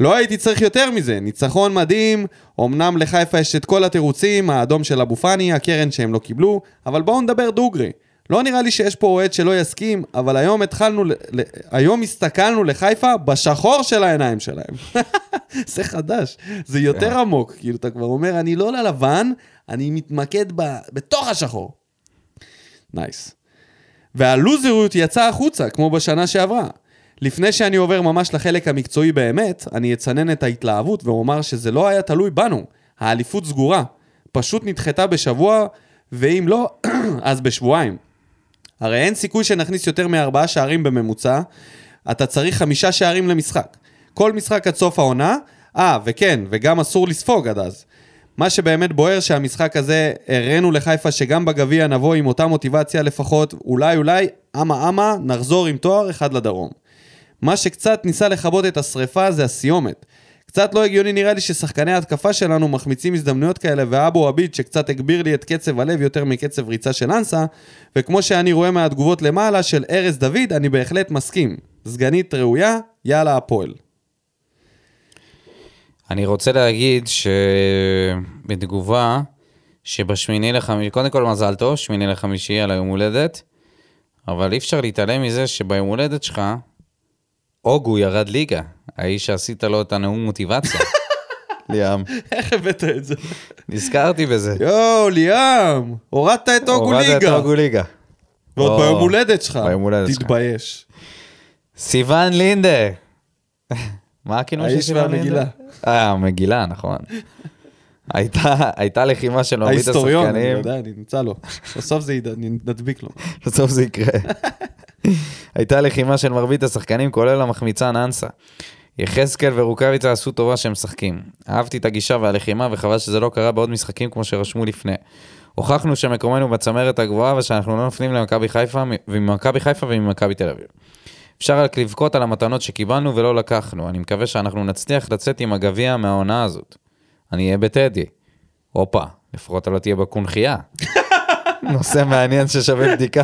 לא הייתי צריך יותר מזה, ניצחון מדהים, אמנם לחיפה יש את כל התירוצים, האדום של אבו פאני, הקרן שהם לא קיבלו, אבל בואו נדבר דוגרי. לא נראה לי שיש פה אוהד שלא יסכים, אבל היום התחלנו, ל- ל- היום הסתכלנו לחיפה בשחור של העיניים שלהם. זה חדש, זה יותר עמוק, כאילו אתה כבר אומר, אני לא ללבן, אני מתמקד ב- בתוך השחור. נייס. והלוזריות יצאה החוצה, כמו בשנה שעברה. לפני שאני עובר ממש לחלק המקצועי באמת, אני אצנן את ההתלהבות ואומר שזה לא היה תלוי בנו. האליפות סגורה. פשוט נדחתה בשבוע, ואם לא, אז בשבועיים. הרי אין סיכוי שנכניס יותר מארבעה שערים בממוצע, אתה צריך חמישה שערים למשחק. כל משחק עד סוף העונה, אה, וכן, וגם אסור לספוג עד אז. מה שבאמת בוער שהמשחק הזה, הראינו לחיפה שגם בגביע נבוא עם אותה מוטיבציה לפחות, אולי אולי, אמה אמה, נחזור עם תואר אחד לדרום. מה שקצת ניסה לכבות את השריפה זה הסיומת. קצת לא הגיוני נראה לי ששחקני ההתקפה שלנו מחמיצים הזדמנויות כאלה, ואבו עביד שקצת הגביר לי את קצב הלב יותר מקצב ריצה של אנסה, וכמו שאני רואה מהתגובות למעלה של ארז דוד, אני בהחלט מסכים. סגנית ראויה, יאללה הפועל. אני רוצה להגיד שבתגובה, שבשמיני לחמישי, קודם כל מזל טוב, שמיני לחמישי על היום הולדת, אבל אי אפשר להתעלם מזה שביום הולדת שלך, אוגו ירד ליגה, האיש שעשית לו את הנאום מוטיבציה. ליאם. איך הבאת את זה? נזכרתי בזה. יואו, ליאם, הורדת את אוגו הורדת את ליגה. אוגו ליגה. ועוד או. ביום הולדת שלך. ביום הולדת שלך. תתבייש. סיוון לינדר. מה הכינוי של האיש סיוון לינדר? והמגילה. אה, המגילה, נכון. הייתה, הייתה לחימה של מרבית לא, השחקנים. ההיסטוריון, אני יודע, אני נמצא לו. בסוף זה יד- אני נדביק לו. בסוף זה יקרה. הייתה לחימה של מרבית השחקנים, כולל המחמיצן אנסה. יחזקאל ורוקאביצה עשו טובה שהם משחקים. אהבתי את הגישה והלחימה, וחבל שזה לא קרה בעוד משחקים כמו שרשמו לפני. הוכחנו שמקומנו בצמרת הגבוהה, ושאנחנו לא נופלים למכבי חיפה, וממכבי חיפה וממכבי תל אביב. אפשר רק לבכות על המתנות שקיבלנו ולא לקחנו. אני מקווה שאנחנו נצליח לצאת עם הגביע מהעונה הזאת. אני אהיה בטדי. הופה, לפחות אתה לא תהיה בקונכייה. נושא מעניין ששווה בדיקה.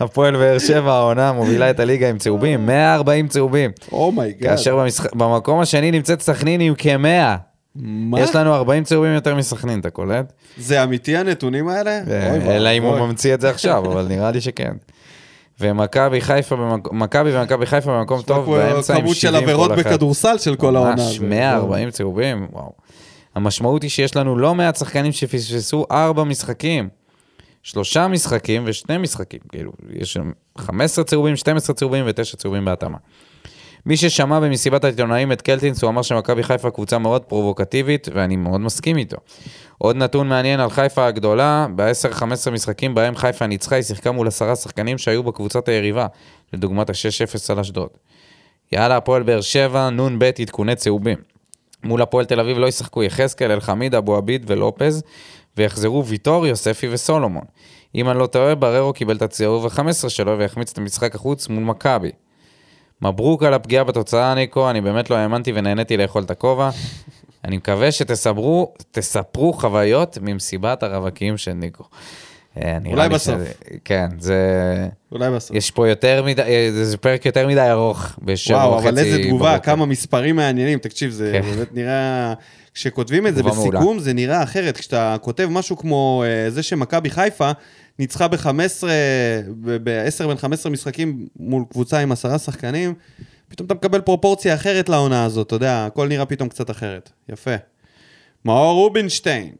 הפועל באר שבע העונה מובילה את הליגה עם צהובים, 140 צהובים. אומייגאד. כאשר במשח... במקום השני נמצאת סכנין עם כ-100. מה? יש לנו 40 צהובים יותר מסכנין, אתה קולט? אה, זה אמיתי הנתונים האלה? אוי ואבוי. אלא אם הוא ממציא את זה עכשיו, אבל נראה לי שכן. ומכבי חיפה, במק- מכבי ומכבי חיפה במקום טוב, פה באמצע עם כמות 70 של כל אחת. עבירות בכדורסל של כל העונה. ממש זה- 140 צהובים, וואו. המשמעות היא שיש לנו לא מעט שחקנים שפספסו ארבע משחקים. שלושה משחקים ושני משחקים, כאילו, יש שם 15 צהובים, 12 צהובים ותשע צהובים בהתאמה. מי ששמע במסיבת העיתונאים את קלטינס, הוא אמר שמכבי חיפה קבוצה מאוד פרובוקטיבית, ואני מאוד מסכים איתו. עוד נתון מעניין על חיפה הגדולה, ב-10-15 משחקים בהם חיפה ניצחה, היא שיחקה מול עשרה שחקנים שהיו בקבוצת היריבה, לדוגמת ה-6-0 על אשדוד. יאללה, הפועל באר שבע, נ"ב עדכוני צהובים. מול הפועל תל אביב לא ישחקו יחזקאל, אלחמיד, אבו עביד ולופז, ויחזרו ויטור, יוספי וסולומון. אם אני לא טועה, בררו קיבל את הצהוב ה-15 שלו והחמיץ את המשחק החוץ מול מכבי. מברוק על הפגיעה בתוצאה, ניקו, אני באמת לא האמנתי ונהניתי לאכול את הכובע. אני מקווה שתספרו תספרו חוויות ממסיבת הרווקים של ניקו. אה, נראה אולי לי בסוף. שזה- כן, זה... אולי בסוף. יש פה יותר מדי, אה, זה זה פרק יותר מדי ארוך בשבע וחצי. וואו, אבל איזה תגובה, בבוקר. כמה מספרים מעניינים. תקשיב, זה כן. באמת נראה... כשכותבים את זה תגובה מעולה. בסיכום, זה נראה אחרת. כשאתה כותב משהו כמו אה, זה שמכבי חיפה ניצחה ב-15, ב-10 בין 15 משחקים מול קבוצה עם עשרה שחקנים, פתאום אתה מקבל פרופורציה אחרת לעונה הזאת, אתה יודע, הכל נראה פתאום קצת אחרת. יפה. מאור רובינשטיין,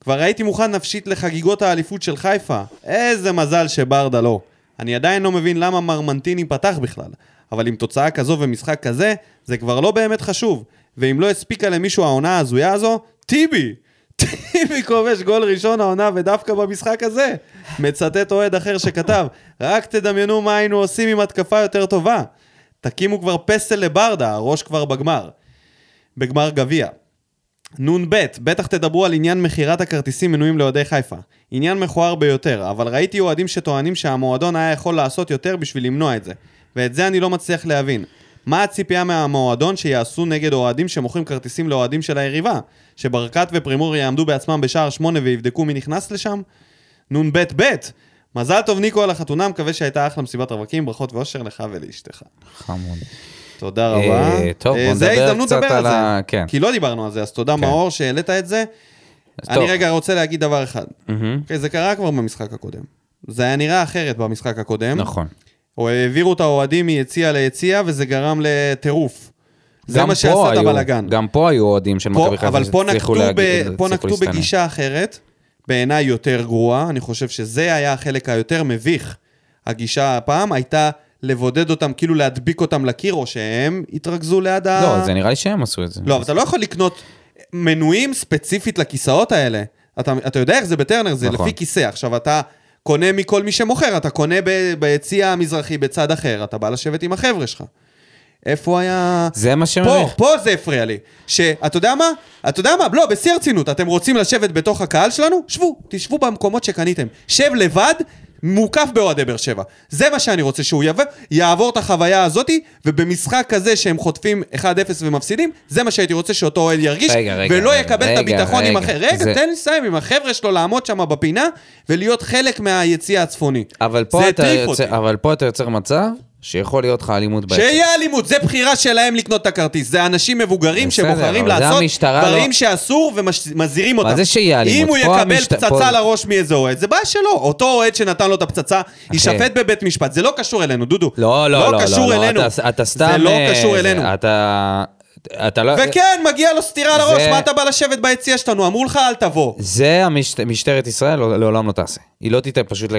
כבר הייתי מוכן נפשית לחגיגות האליפות של חיפה. איזה מזל שברדה לא. אני עדיין לא מבין למה מרמנטיני פתח בכלל, אבל עם תוצאה כזו ומשחק כזה, זה כבר לא באמת חשוב. ואם לא הספיקה למישהו העונה ההזויה הזו, טיבי! טיבי כובש גול ראשון העונה ודווקא במשחק הזה. מצטט אוהד אחר שכתב, רק תדמיינו מה היינו עושים עם התקפה יותר טובה. תקימו כבר פסל לברדה, הראש כבר בגמר. בגמר גביע. נ"ב, בטח תדברו על עניין מכירת הכרטיסים מנויים לאוהדי חיפה. עניין מכוער ביותר, אבל ראיתי אוהדים שטוענים שהמועדון היה יכול לעשות יותר בשביל למנוע את זה. ואת זה אני לא מצליח להבין. מה הציפייה מהמועדון שיעשו נגד אוהדים שמוכרים כרטיסים לאוהדים של היריבה? שברקת ופרימור יעמדו בעצמם בשער שמונה ויבדקו מי נכנס לשם? נ"ב ב', מזל טוב ניקו על החתונה, מקווה שהייתה אחלה מסיבת רווקים, ברכות ואושר לך ולאשתך. חמוד. תודה אה, רבה. טוב, אה, בוא זה נדבר ההזדמנות קצת לדבר על על ה- זה. כן. כי לא דיברנו על זה, אז תודה מאור שהעלית את זה. אז אני טוב. רגע רוצה להגיד דבר אחד. אוקיי, זה קרה כבר במשחק הקודם. זה היה נראה אחרת במשחק הקודם. נכון. או העבירו את האוהדים מיציע ליציע, וזה גרם לטירוף. זה גם מה פה שעשה את היו- הבלאגן. גם פה היו אוהדים של פה- מכבי חיפה אבל פה נקטו, להגיד- ב, פה הצליחו נקטו להסתנן. בגישה אחרת, בעיניי יותר גרועה, אני חושב שזה היה החלק היותר מביך. הגישה הפעם הייתה לבודד אותם, כאילו להדביק אותם לקיר, או שהם התרכזו ליד ה... לא, זה נראה לי שהם עשו את זה. לא, אבל אתה לא יכול לקנות מנויים ספציפית לכיסאות האלה. אתה, אתה יודע איך זה בטרנר, זה נכון. לפי כיסא. עכשיו, אתה קונה מכל מי שמוכר, אתה קונה ב- ביציע המזרחי בצד אחר, אתה בא לשבת עם החבר'ה שלך. איפה היה... זה מה פה, שמביך. פה זה הפריע לי. שאתה יודע מה? אתה יודע מה? לא, בשיא הרצינות. אתם רוצים לשבת בתוך הקהל שלנו? שבו, תשבו במקומות שקניתם. שב לבד, מוקף באוהדי באר שבע. זה מה שאני רוצה, שהוא יעבור, יעבור את החוויה הזאתי, ובמשחק כזה שהם חוטפים 1-0 ומפסידים, זה מה שהייתי רוצה שאותו אוהד ירגיש, רגע, רגע, ולא רגע, יקבל את רגע, הביטחון עם רגע. החבר'ה. רגע, זה- תן לי לסיים עם החבר'ה שלו לעמוד שם בפינה, ולהיות חלק מהיציע הצפוני. זה אבל פה, אתה הטריף יוצר, אותי. אבל פה אתה יוצר מצב שיכול להיות לך אלימות בעצם. שיהיה אלימות, זה בחירה שלהם לקנות את הכרטיס. זה אנשים מבוגרים בסדר, שבוחרים אבל זה לעשות המשטרה דברים לא- שאסור ומזהירים אותם. זה שיהיה אלימות? אם הוא פה יקבל המשט- פצצה פה- לראש מאיזה אוהד, זה בעיה שלו. אותו אוהד שנתן לו את הפצצה, יישפט בבית משפט. זה לא קשור אלינו, דודו. לא, לא, לא, לא, קשור לא, אלינו. אתה, אתה סתם... זה לא אה, קשור אלינו. אתה... אתה לא... וכן, מגיע לו סטירה לראש, זה- מה אתה בא לשבת ביציע שלנו? אמרו לך, אל תבוא. זה המשט... משטרת ישראל לא- לעולם לא תעשה. היא לא תיתן פשוט ל...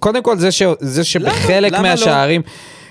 קודם כל, זה, ש... זה שבחלק למה לא? מהשערים,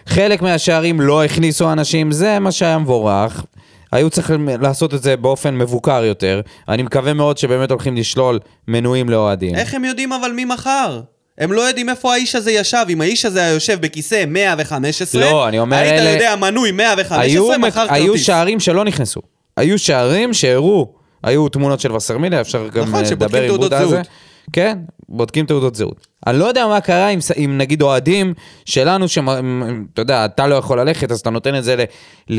חלק מהשערים לא הכניסו אנשים, זה מה שהיה מבורך. היו צריכים לעשות את זה באופן מבוקר יותר. אני מקווה מאוד שבאמת הולכים לשלול מנויים לאוהדים. איך הם יודעים אבל מי מחר? הם לא יודעים איפה האיש הזה ישב. אם האיש הזה היה יושב בכיסא 115, לא, אני אומר, היית אלה- יודע, מנוי 115, היו, מק... מחר היו כרטיס. שערים שלא נכנסו. היו שערים שהראו, היו תמונות של וסרמיליה, אפשר גם נכון, אה, שבודקים לדבר עם תעודות בודה על זה. זהות. כן, בודקים תעודות זהות. אני לא יודע מה קרה עם, ס- עם נגיד אוהדים שלנו, שמ- עם- עם- אתה יודע, אתה לא יכול ללכת, אז אתה נותן את זה ל-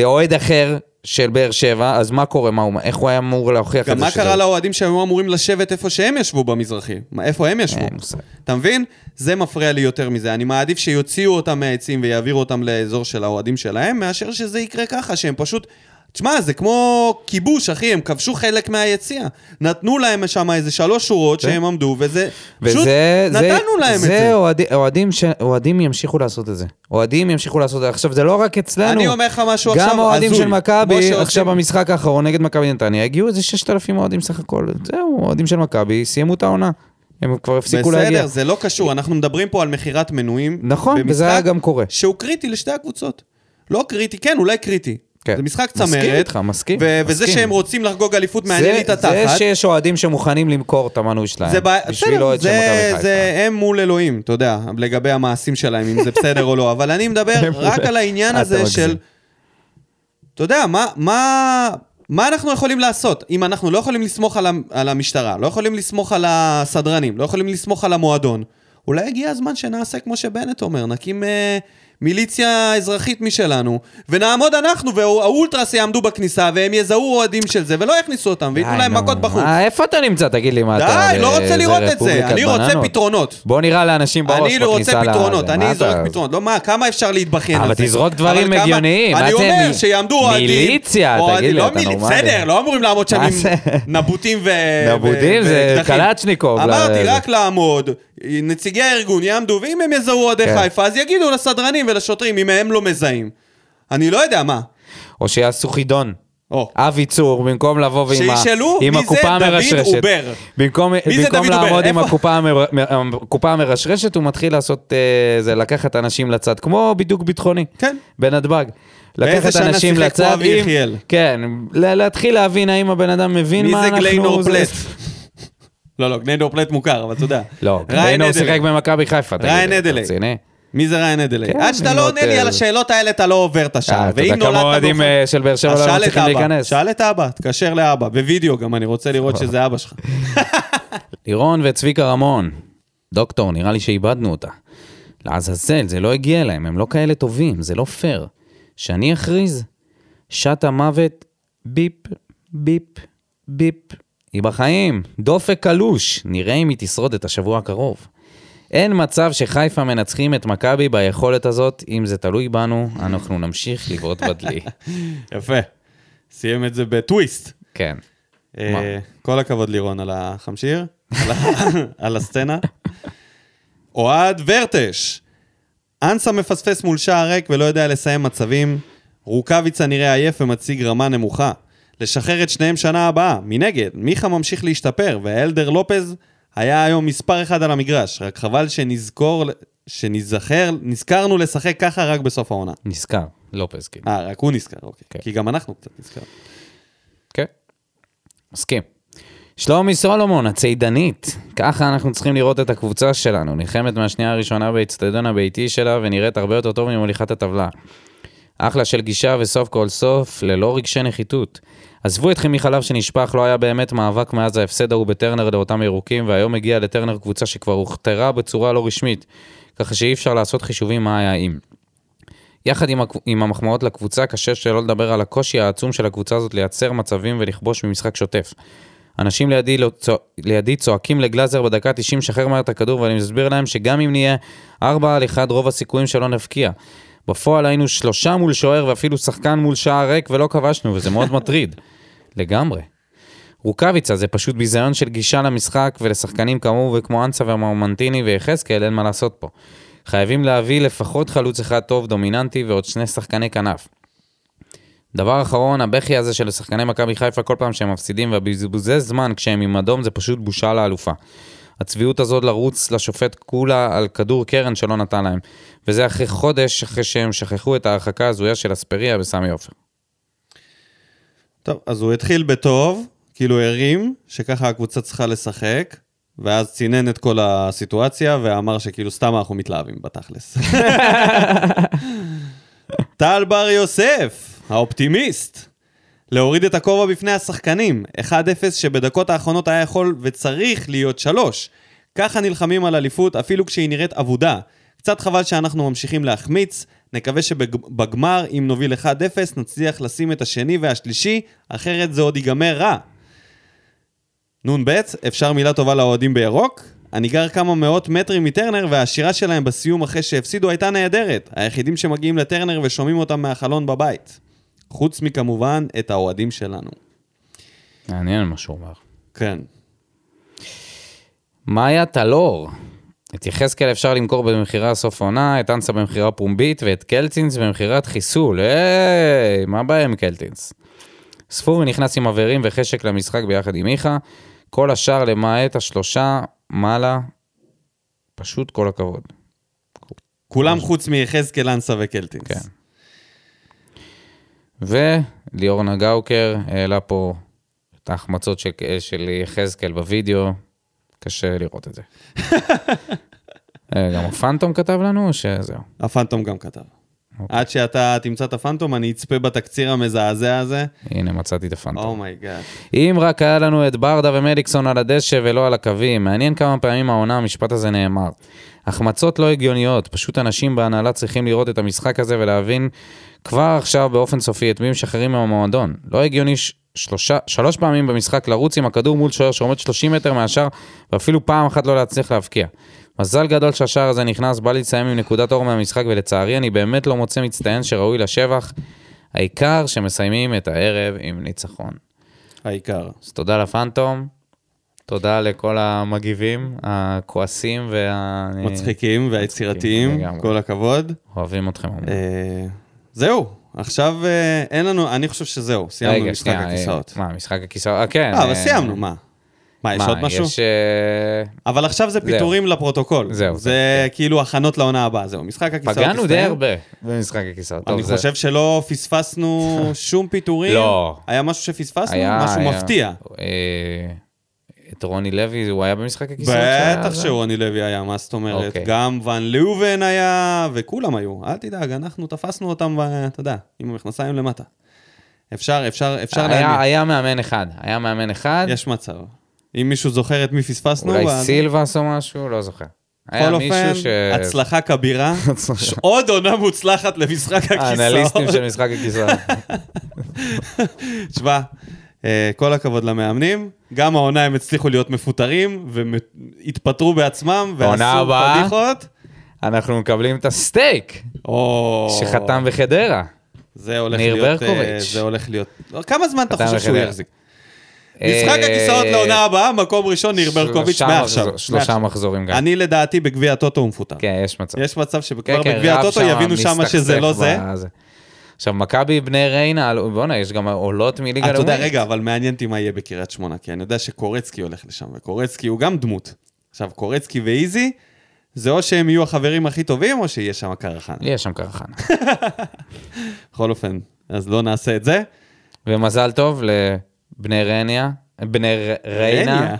לאוהד אחר של באר שבע, אז מה קורה, מה הוא, איך הוא היה אמור להוכיח את זה? גם מה שזה- קרה לאוהדים שהיו אמורים לשבת איפה שהם ישבו במזרחי? מה- איפה הם ישבו? אין מושג. אתה מבין? זה מפריע לי יותר מזה. אני מעדיף שיוציאו אותם מהעצים ויעבירו אותם לאזור של האוהדים שלהם, מאשר שזה יקרה ככה, שהם פשוט... תשמע, זה כמו כיבוש, אחי, הם כבשו חלק מהיציע. נתנו להם שם איזה שלוש שורות שהם עמדו, וזה... פשוט כן. וזה, נתנו להם את זה, זה. אוהדי- אוהדים, ש... אוהדים ימשיכו לעשות את זה. אוהדים ימשיכו לעשות את זה. עכשיו, זה לא רק אצלנו. אני אומר לך משהו גם עכשיו, גם האוהדים הזוי. של כמו מכבי, שעושים- עכשיו במשחק האחרון נגד מכבי נתניה, הגיעו איזה 6,000 אוהדים סך הכל. זהו, אוהדים של מכבי, סיימו את העונה. הם כבר הפסיקו להגיע. בסדר, זה לא קשור, אנחנו מדברים פה על מכירת מנויים. נכון, וזה במשחק היה גם קורה. שהוא קריטי לשתי הקבוצות. לא קריטי, כן, אולי קריטי. כן. זה משחק צמרת. מסכים איתך, מסכים, ו- וזה מסכים. שהם רוצים לחגוג אליפות מעניין זה, לי את התחת. זה שיש אוהדים שמוכנים למכור את המנוי שלהם. זה בעיה, בשביל בסדר, אוהד של מכבי זה, חיפה. זה הם מול אלוהים, אתה יודע, לגבי המעשים שלהם, אם זה בסדר או לא, אבל אני מדבר הם מול- רק על העניין אתה הזה מגזים. של, אתה יודע, מה, מה, מה אנחנו יכולים לעשות? אם אנחנו לא יכולים לסמוך על, המ- על המשטרה, לא יכולים לסמוך על הסדרנים, לא יכולים לסמוך על המועדון, אולי הגיע הזמן שנעשה כמו שבנט אומר, נקים... אה, מיליציה אזרחית משלנו, ונעמוד אנחנו, והאולטרס יעמדו בכניסה, והם יזהו אוהדים של זה, ולא יכניסו אותם, וייתנו די, להם נו, מכות בחוץ. מה, איפה אתה נמצא? תגיד לי מה אתה... די, לא רוצה זה לראות את זה. רפובליקת אני רוצה בננות. פתרונות. בוא נראה לאנשים בראש אני לא בכניסה רוצה לזה. פתרונות, מה אני אתה- זורק פתרונות. לא, מה, כמה אפשר להתבכיין על אבל זה? תזרוק דברים אבל כמה- הגיוניים, מה אני זה, אומר מ- שיעמדו אוהדים. מיליציה, אוהדים, תגיד לי, לא אתה מיל- נורמלי? בסדר, לא אמורים לעמוד שם מה עם זה? נבוטים ו... נבוטים ו- זה ואקדחים. קלצ'ניקוב, אמרתי, לא- רק לעמוד, נציגי הארגון יעמדו, ואם הם יזהו אוהדי כן. חיפה, אז יגידו לסדרנים ולשוטרים, אם הם לא מזהים. אני לא יודע מה. או שיעשו חידון. או. אבי צור, במקום לבוא ועם ה- שישאלו עם מי הקופה זה דוד המרשרשת. עובר. במקום, מי זה במקום דוד עובר? לעמוד עם איפה? הקופה, המר... מ- הקופה המרשרשת, הוא מתחיל לעשות, אה, זה לקחת אנשים לצד, כמו בידוק ביטחוני. כן. בנתב"ג. באיזה לקחת שנה אנשים שיחק פה לצד, אבי עם- יחיאל? כן, ל- להתחיל להבין האם הבן אדם מבין מי מה זה אנחנו... גליינור פלט? לא, לא, גליינור פלט מוכר, אבל אתה יודע. לא, ריין גליינור אדלי. שיחק במכבי חיפה, תגיד. ריין אתה אדלי. רציני? מי זה ריין אדלי? כן, עד שאתה אם לא לא עונה לי ת- על השאלות האלה, אתה לא עובר את השעה. אה, אתה יודע כמה אוהדים באופן- אה, של באר שבע אז לא שאל את מצליחים אבא, להיכנס. שאל את אבא, תתקשר לאבא, בווידאו גם, אני רוצה לראות שזה אבא שלך. לירון וצביקה רמון. דוקטור, נראה לי שאיבדנו אותה. לעזאזל, זה לא הגיע להם, הם לא כאלה טובים, זה לא פייר. שאני אכריז? שעת המוות, ביפ, ביפ, ביפ. היא בחיים, דופק קלוש, נראה אם היא תשרוד את השבוע הקרוב. אין מצב שחיפה מנצחים את מכבי ביכולת הזאת, אם זה תלוי בנו, אנחנו נמשיך לבעוט בדלי. יפה. סיים את זה בטוויסט. כן. אה, מה? כל הכבוד לירון על החמשיר, על ה- על הסצנה. אוהד ורטש, אנסה מפספס מול שער ריק ולא יודע לסיים מצבים. רוקאביצה נראה עייף ומציג רמה נמוכה. לשחרר את שניהם שנה הבאה. מנגד, מיכה ממשיך להשתפר, והאלדר לופז היה היום מספר אחד על המגרש. רק חבל שנזכור, שנזכר, נזכרנו לשחק ככה רק בסוף העונה. נזכר, לופז כאילו. אה, רק הוא נזכר, אוקיי. כן. כי גם אנחנו קצת נזכרנו. כן. מסכים. שלומי סולומון, הצידנית. ככה אנחנו צריכים לראות את הקבוצה שלנו. נלחמת מהשנייה הראשונה באצטדיון הביתי שלה ונראית הרבה יותר טוב ממוליכת הטבלה. אחלה של גישה וסוף כל סוף, ללא רגשי נחיתות. עזבו אתכם מחלב שנשפך, לא היה באמת מאבק מאז ההפסד ההוא בטרנר לאותם ירוקים, והיום הגיעה לטרנר קבוצה שכבר הוכתרה בצורה לא רשמית, ככה שאי אפשר לעשות חישובים מה היה אם. יחד עם, הקב- עם המחמאות לקבוצה, קשה שלא לדבר על הקושי העצום של הקבוצה הזאת לייצר מצבים ולכבוש במשחק שוטף. אנשים לידי, לא צוע... לידי צועקים לגלאזר בדקה 90, שחרר מהר את הכדור, ואני מסביר להם שגם אם נהיה 4 על 1, רוב הסיכויים שלא נבקיע. בפועל היינו שלושה מול שוער ואפילו שחקן מול שער ריק ולא כבשנו, וזה מאוד מטריד. לגמרי. רוקאביצה זה פשוט ביזיון של גישה למשחק ולשחקנים כמוהו וכמו אנסה ומרמנטיני ויחזקאל, אין מה לעשות פה. חייבים להביא לפחות חלוץ אחד טוב, דומיננטי ועוד שני שחקני כנף. דבר אחרון, הבכי הזה של שחקני מכבי חיפה כל פעם שהם מפסידים והבזבוזי זמן כשהם עם אדום זה פשוט בושה לאלופה. הצביעות הזאת לרוץ לשופט כולה על כדור קרן שלא נתן להם. וזה אחרי חודש אחרי שהם שכחו את ההרחקה ההזויה של אספריה בסמי עופר. טוב, אז הוא התחיל בטוב, כאילו הרים, שככה הקבוצה צריכה לשחק, ואז צינן את כל הסיטואציה, ואמר שכאילו סתם אנחנו מתלהבים בתכלס. טל בר יוסף, האופטימיסט. להוריד את הכובע בפני השחקנים, 1-0 שבדקות האחרונות היה יכול וצריך להיות 3. ככה נלחמים על אליפות אפילו כשהיא נראית אבודה. קצת חבל שאנחנו ממשיכים להחמיץ, נקווה שבגמר, אם נוביל 1-0, נצליח לשים את השני והשלישי, אחרת זה עוד ייגמר רע. נ"ב, אפשר מילה טובה לאוהדים בירוק? אני גר כמה מאות מטרים מטרנר והשירה שלהם בסיום אחרי שהפסידו הייתה נהדרת. היחידים שמגיעים לטרנר ושומעים אותם מהחלון בבית. חוץ מכמובן את האוהדים שלנו. מעניין מה שהוא אומר. כן. מאיה טלור. את יחזקאל אפשר למכור במכירה סוף העונה, את אנסה במכירה פומבית ואת קלטינס במכירת חיסול. היי, מה הבעיה עם קלטינס? ספורי נכנס עם מבערים וחשק למשחק ביחד עם מיכה. כל השאר למעט השלושה, מעלה, פשוט כל הכבוד. כולם חוץ מיחזקאל אנסה וקלטינס. כן. וליאור נגאוקר העלה פה את ההחמצות של, של יחזקאל בווידאו, קשה לראות את זה. אה, גם הפנטום כתב לנו, או שזהו. הפנטום גם כתב. אוקיי. עד שאתה תמצא את הפנטום, אני אצפה בתקציר המזעזע הזה. Oh הנה, מצאתי את הפנטום. אומייגאד. אם רק היה לנו את ברדה ומליקסון על הדשא ולא על הקווים, מעניין כמה פעמים העונה המשפט הזה נאמר. החמצות לא הגיוניות, פשוט אנשים בהנהלה צריכים לראות את המשחק הזה ולהבין כבר עכשיו באופן סופי את מי משחררים מהמועדון. לא הגיוני ש- שלושה, שלוש פעמים במשחק לרוץ עם הכדור מול שוער שעומד 30 מטר מהשאר ואפילו פעם אחת לא להצליח להבקיע. מזל גדול שהשער הזה נכנס, בא לי לסיים עם נקודת אור מהמשחק ולצערי אני באמת לא מוצא מצטיין שראוי לשבח. העיקר שמסיימים את הערב עם ניצחון. העיקר. אז תודה לפנטום, תודה לכל המגיבים, הכועסים וה... מצחיקים והיצירתיים, אה, לגמרי. כל הכבוד. אוהבים אתכם. המון. אה, זהו, עכשיו אה, אין לנו, אני חושב שזהו, סיימנו רגע, משחק שנייה, אה, הכיסאות. מה, משחק הכיסאות? אה, כן. אה, אבל אה, סיימנו, מה? מה, יש עוד משהו? יש, אה, אבל עכשיו זה פיטורים לפרוטוקול. זהו, כן. זה כאילו הכנות לעונה הבאה, זהו. משחק הכיסאות פגענו די הסתיים. הרבה במשחק הכיסאות. טוב, אני זה- חושב שלא פספסנו שום פיטורים. לא. היה משהו שפספסנו? היה- משהו היה- מפתיע. אה, את רוני לוי, הוא היה במשחק הכיסאות שהיה? בטח שרוני לוי היה, מה זאת אומרת? אוקיי. גם ון לובן היה, וכולם היו. אל תדאג, אנחנו תפסנו אותם, ו- אתה יודע, עם המכנסיים למטה. אפשר, אפשר, אפשר היה, להאמין. היה מאמן אחד, היה מאמן אחד, יש מצב. אם מישהו זוכר את מי פספסנו, אולי אבל- סילבס או משהו, לא זוכר. היה בכל מישהו אופן, ש... הצלחה כבירה. הצלחה. עוד עונה מוצלחת למשחק האנליסטים הכיסאות. של משחק הכיסאות. תשמע, אה, כל הכבוד למאמנים. גם העונה הם הצליחו להיות מפוטרים, והתפטרו בעצמם, העונה ועשו הבאה? פדיחות. אנחנו מקבלים את הסטייק או... שחתם בחדרה. זה הולך ניר להיות... אה, ברקוביץ'. זה הולך להיות... כמה זמן אתה חתם חושב שהוא בחדרה. יחזיק? משחק אה, הכיסאות לעונה הבאה, מקום ראשון, ניר ברקוביץ', שלושה מעכשיו. מחזור- שלושה מעכשיו. מחזורים גם. אני לדעתי בגביע הטוטו הוא מפוטר. כן, יש מצב. יש מצב כן, שכבר כן, בגביע רב הטוטו שם יבינו שמה שזה לא מסתכסך זה. בזה. עכשיו, מכבי בני ריינה, על- בואנה, יש גם עולות מליגה אתה לאומית. יודע, אה, רגע, אבל מעניין אותי מה יהיה בקריית שמונה, כי אני יודע שקורצקי הולך לשם, וקורצקי הוא גם דמות. עכשיו, קורצקי ואיזי, זה או שהם יהיו החברים הכי טובים, או שיהיה שם קרחן. לי יש שם קרחנה. בכל אופן, אז לא נעשה את זה. ומזל טוב לבני ריינה, בני ר- ריינה,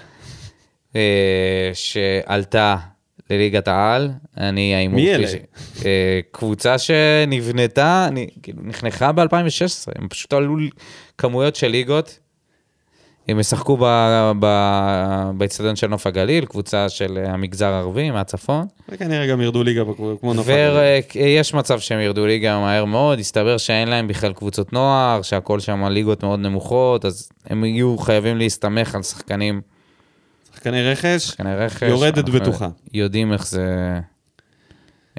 אה, שעלתה לליגת העל. אני ההימור מי שלי אלה? ש- אה, קבוצה שנבנתה, אני- כאילו, נחנכה ב-2016, הם פשוט עלו ל- כמויות של ליגות. הם ישחקו ב- ב- באצטדיון של נוף הגליל, קבוצה של אה, המגזר הערבי מהצפון. אה, וכנראה גם ירדו ליגה בקו- כמו נוף הגליל. ויש מצב שהם ירדו ליגה מהר מאוד, הסתבר שאין להם בכלל קבוצות נוער, שהכל שם ליגות מאוד נמוכות, אז הם יהיו חייבים להסתמך על שחקנים, שחקני רכש, שחקני רכש. יורדת אנחנו בטוחה. יודעים איך זה,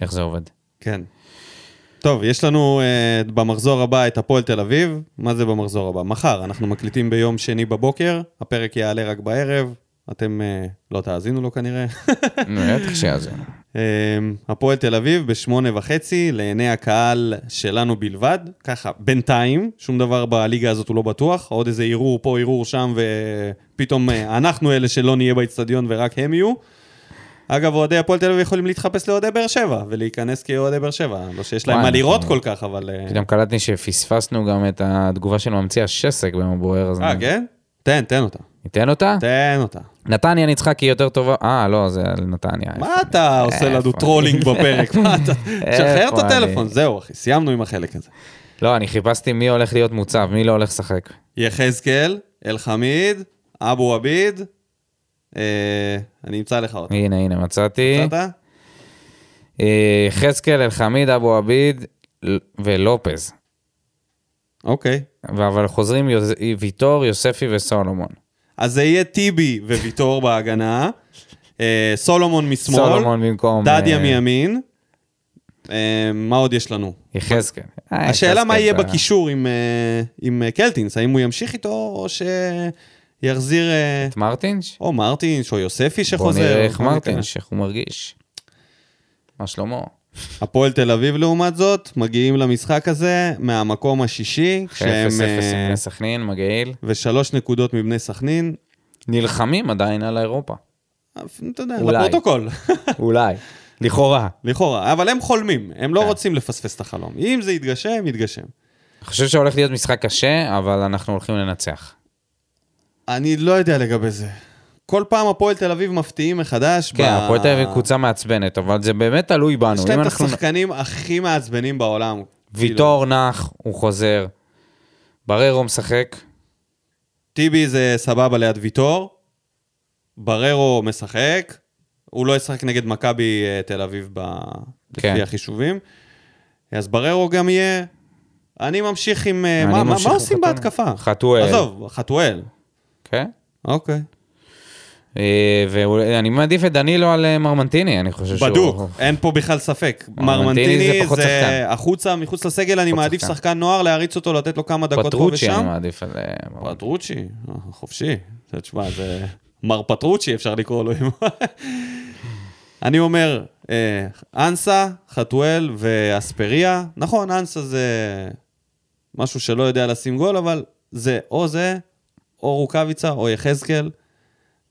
איך זה עובד. כן. טוב, יש לנו uh, במחזור הבא את הפועל תל אביב. מה זה במחזור הבא? מחר, אנחנו מקליטים ביום שני בבוקר, הפרק יעלה רק בערב, אתם uh, לא תאזינו לו כנראה. נו, בטח שיאזינו. אמ, הפועל תל אביב בשמונה וחצי, לעיני הקהל שלנו בלבד. ככה, בינתיים, שום דבר בליגה הזאת הוא לא בטוח. עוד איזה ערעור פה, ערעור שם, ופתאום אה, אנחנו אלה שלא נהיה באצטדיון ורק הם יהיו. אגב, אוהדי הפועל תל אביב יכולים להתחפש לאוהדי באר שבע, ולהיכנס כאוהדי באר שבע. לא שיש להם וואי, מה לראות נכון. כל כך, אבל... אה, פתאום קלטתי שפספסנו גם את התגובה של ממציא השסק במבוער, אז אה, כן? תן, תן אותה. ניתן אותה? תן אותה. נתניה ניצחה כי היא יותר טובה, אה, לא, זה על נתניה. מה אתה עושה לנו איפה? טרולינג בפרק? מה אתה... שחרר את איפה אני? הטלפון, זהו, אחי, סיימנו עם החלק הזה. לא, אני חיפשתי מי הולך להיות מוצב, מי לא הולך לשחק. יחזקאל, אלחמיד, אבו עביד, אה, אני אמצא לך אותה. הנה, הנה, מצאתי. מצאת? אה, יחזקאל, אלחמיד, אבו עביד ל- ולופז. אוקיי. אבל חוזרים יוז- ויטור, יוספי וסולומון. אז זה יהיה טיבי וויטור בהגנה, אה, סולומון משמאל, סולומון במקום... דדיה אה, מימין, אה, מה עוד יש לנו? יחזקאל. אה, השאלה מה יחזקאל יהיה זה- בקישור עם, אה, עם אה, קלטינס, האם הוא ימשיך איתו או שיחזיר אה, את מרטינש? או מרטינש או יוספי בוא שחוזר. נראה איך בוא לא ניכנס. מרטינש, איך הוא מרגיש. מה שלמה? הפועל תל אביב, לעומת זאת, מגיעים למשחק הזה מהמקום השישי, כשהם... אפס אפס אה, לפני סכנין, מגעיל. ושלוש נקודות מבני סכנין, נלחמים עדיין על אירופה. אף- אתה יודע, אולי. לפרוטוקול, אולי. לכאורה. לכאורה, אבל הם חולמים, הם לא כן. רוצים לפספס את החלום. אם זה יתגשם, יתגשם. אני חושב שהולך להיות משחק קשה, אבל אנחנו הולכים לנצח. אני לא יודע לגבי זה. כל פעם הפועל תל אביב מפתיעים מחדש. כן, ב- הפועל תל אביב היא קבוצה מעצבנת, אבל זה באמת תלוי בנו. יש אם להם את אנחנו- השחקנים הכי מעצבנים בעולם. כאילו, ויטור נח, הוא חוזר. בררו משחק, טיבי זה סבבה ליד ויטור, בררו משחק, הוא לא ישחק נגד מכבי אה, תל אביב ב... כן. לפי החישובים. אז בררו גם יהיה. אני ממשיך עם... אה, אני מה- מה ממשיך מה עם עושים חתואל. בהתקפה? חתואל. עזוב, חתואל. כן? אוקיי. אה, ואני מעדיף את דנילו על אה, מרמנטיני, אני חושב שהוא... בדוק, אין פה בכלל ספק. מרמנטיני זה מרמנטיני פחות זה שחקן. החוצה, מחוץ לסגל, אני פחות מעדיף שחקן. שחקן נוער, להריץ אותו, לתת לו כמה דקות פה פטרוצ'י אני ושם. מעדיף על... אה, מרמנטיני. פטרוצ'י, אה, חופשי. זה, תשמע, זה מר פטרוצ'י, אפשר לקרוא לו. אם- אני אומר, אה, אנסה, חתואל ואספריה. נכון, אנסה זה משהו שלא יודע לשים גול, אבל זה או זה, או רוקאביצה, או יחזקאל.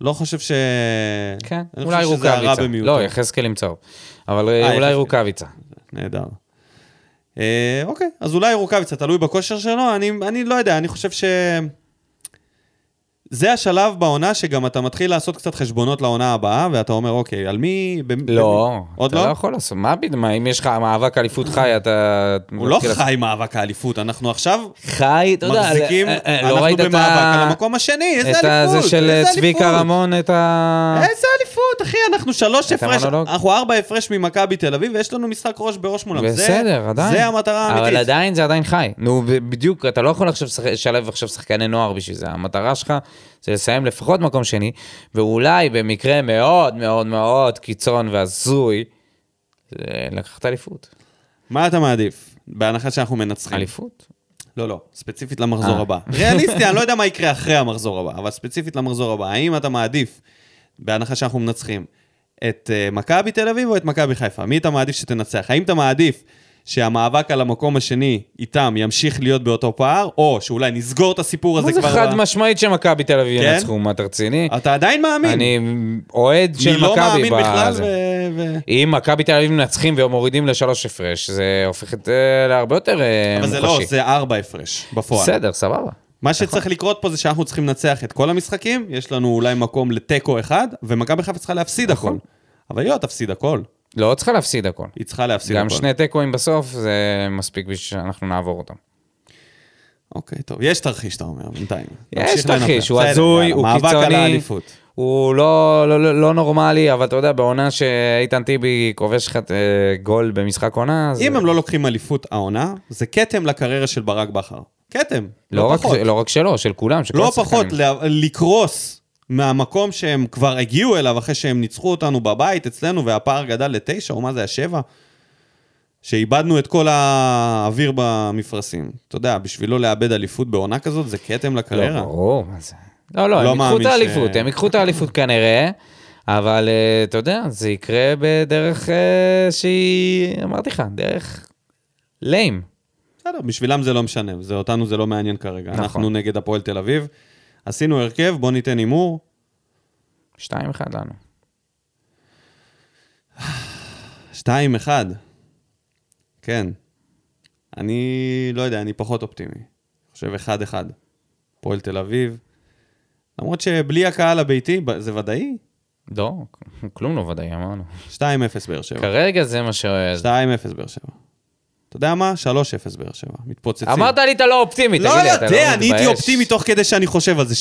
לא חושב ש... כן, אני אולי חושב שזה הרע רוקאביצה. במיעוטו. לא, יחזקאל עם צהוב. אבל אה, אה, אולי יחזקאל. רוקאביצה. נהדר. אה, אוקיי, אז אולי רוקאביצה, תלוי בכושר שלו, אני, אני לא יודע, אני חושב ש... זה השלב בעונה שגם אתה מתחיל לעשות קצת חשבונות לעונה הבאה, ואתה אומר, אוקיי, על מי... במ- לא, במי- עוד אתה לא? לא יכול לעשות, מה בדיוק, אם יש לך מאבק אליפות חי, אתה... הוא לא מתחיל לעשות- חי מאבק האליפות, אנחנו עכשיו חי, אתה יודע, מחזיקים, אה, אה, לא אנחנו ראית את ה- במאבק על המקום השני, איזה את ה- אליפות? זה של אה, איזה צביקה אליפות? רמון, את ה... איזה אליפות, אחי, אנחנו שלוש את הפרש, המונולוג? אנחנו ארבע הפרש ממכבי תל אביב, ויש לנו משחק ראש בראש מולם. נכון, זה- בסדר, עדיין. זה המטרה אבל האמיתית. עדיין זה עדיין חי. נו, ב- בדיוק, אתה לא יכול עכשיו לשחק- לשלב עכשיו שחקני נוער בשביל זה. המטרה שלך זה לסיים לפחות מקום שני, ואולי במקרה מאוד מאוד מאוד קיצון והזוי, אה, לקחת אליפות. מה אתה מעדיף? בהנחה שאנחנו מנצחים. אליפות? לא, לא, ספציפית אה. למחזור הבא. ריאליסטי, אני לא יודע מה יקרה אחרי המחזור הבא, אבל ספציפית למחזור הבא. האם אתה מעדיף, בהנחה שאנחנו מנצחים, את אה, מכבי תל אביב או את מכבי חיפה? מי אתה מעדיף שתנצח? האם אתה מעדיף שהמאבק על המקום השני איתם ימשיך להיות באותו פער, או שאולי נסגור את הסיפור הזה מה זה כבר... חד משמעית שמכבי תל אביב כן? ינצחו? מה, אתה רציני? אתה עדיין מאמין. אני אוהד של אני מכבי. לא מאמין ב- בכלל, זה. ו- ו- אם מכבי תל אביב מנצחים ומורידים לשלוש הפרש, זה הופך את זה להרבה יותר אה, אבל מוחשי. זה לא, זה ארבע הפרש בפועל. בסדר, סבבה. מה נכון. שצריך לקרות פה זה שאנחנו צריכים לנצח את כל המשחקים, יש לנו אולי מקום לתיקו אחד, ומכבי חיפה צריכה להפסיד נכון. הכל. אבל היא לא תפסיד הכל, לא צריכה להפסיד הכל. היא צריכה להפסיד גם הכל. שני תיקואים בסוף, זה מספיק בשביל שאנחנו נעבור אותם. אוקיי, טוב, יש תרחיש, אתה אומר, בינתיים. יש נמשיך לנפח. תרחיש, הוא בסדר, הזוי, יאללה, הוא מאבק על קיצוני, האליפות. הוא לא, לא, לא, לא נורמלי, אבל אתה יודע, בעונה שאיתן טיבי כובש לך אה, גול במשחק עונה, אז... אם הם לא לוקחים אליפות העונה, זה כתם לקריירה של ברק בכר. כתם, לא, לא רק, פחות. לא רק שלו, של כולם, של כל לא פחות, השחקנים. לה- לקרוס מהמקום שהם כבר הגיעו אליו אחרי שהם ניצחו אותנו בבית אצלנו, והפער גדל לתשע, או מה זה היה שבע? שאיבדנו את כל האוויר במפרשים. אתה יודע, בשביל לא לאבד אליפות בעונה כזאת, זה כתם לא, לקריירה. ברור, מה זה... לא, לא, לא הם ייקחו מאמין את ש- האליפות, הם ייקחו את האליפות כנראה, אבל אה, אתה יודע, זה יקרה בדרך אה, שהיא, אמרתי לך, דרך ליים. בסדר, בשבילם זה לא משנה, זה, אותנו זה לא מעניין כרגע. נכון. אנחנו נגד הפועל תל אביב. עשינו הרכב, בוא ניתן הימור. 2-1 לנו. 2-1. כן. אני לא יודע, אני פחות אופטימי. אני חושב 1-1. פועל תל אביב. למרות שבלי הקהל הביתי, ב- זה ודאי? לא, כלום לא ודאי, אמרנו. 2-0 באר שבע. כרגע זה מה ש... 2-0 באר שבע. אתה יודע מה? 3-0 באר שבע. מתפוצצים. אמרת לי אתה לא אופטימי, לא תגיד לי, אתה לא מתבייש. יודע, אני הייתי אופטימי תוך כדי שאני חושב על זה.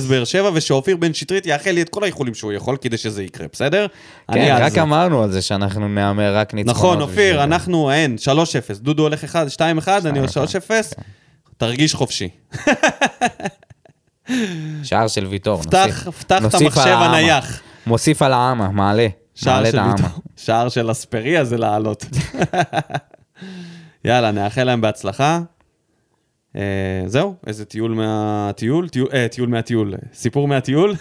3-0 באר שבע, ושאופיר בן שטרית יאחל לי את כל האיחולים שהוא יכול כדי שזה יקרה, בסדר? אני כן, על רק זה. אמרנו על זה שאנחנו נהמר רק ניצחונות. נכון, בשביל אופיר, זה. אנחנו, אין, 3-0. דודו הולך 1, 2-1, אני הולך 3-0. תרגיש חופשי. שער של ויטור. פתח, נוסיף- פתח את נוסיף המחשב על האמה. הנייח. מוסיף על העמה, מעלה. שער מעלה את של העמה. ביטון. שער של אספריה זה לעלות. יאללה, נאחל להם בהצלחה. אה, זהו, איזה טיול מהטיול, טיול, אה, טיול מהטיול, אה, סיפור מהטיול.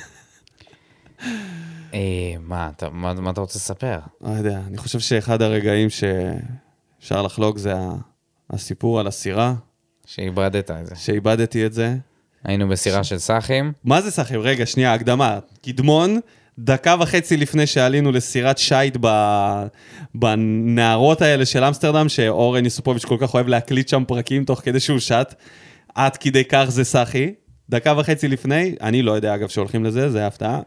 אה, מה אתה- מה מה אתה רוצה לספר? לא יודע, אני חושב שאחד הרגעים שאפשר לחלוק זה ה- הסיפור על הסירה, שאיבדת את זה. שאיבדתי את זה. היינו בסירה של סאחים. מה זה סחים? רגע, שנייה, הקדמה. קדמון, דקה וחצי לפני שעלינו לסירת שיט ב... בנערות האלה של אמסטרדם, שאורן יסופוביץ' כל כך אוהב להקליט שם פרקים תוך כדי שהוא שט, עד כדי כך זה סחי. דקה וחצי לפני, אני לא יודע אגב שהולכים לזה, זה הפתעה.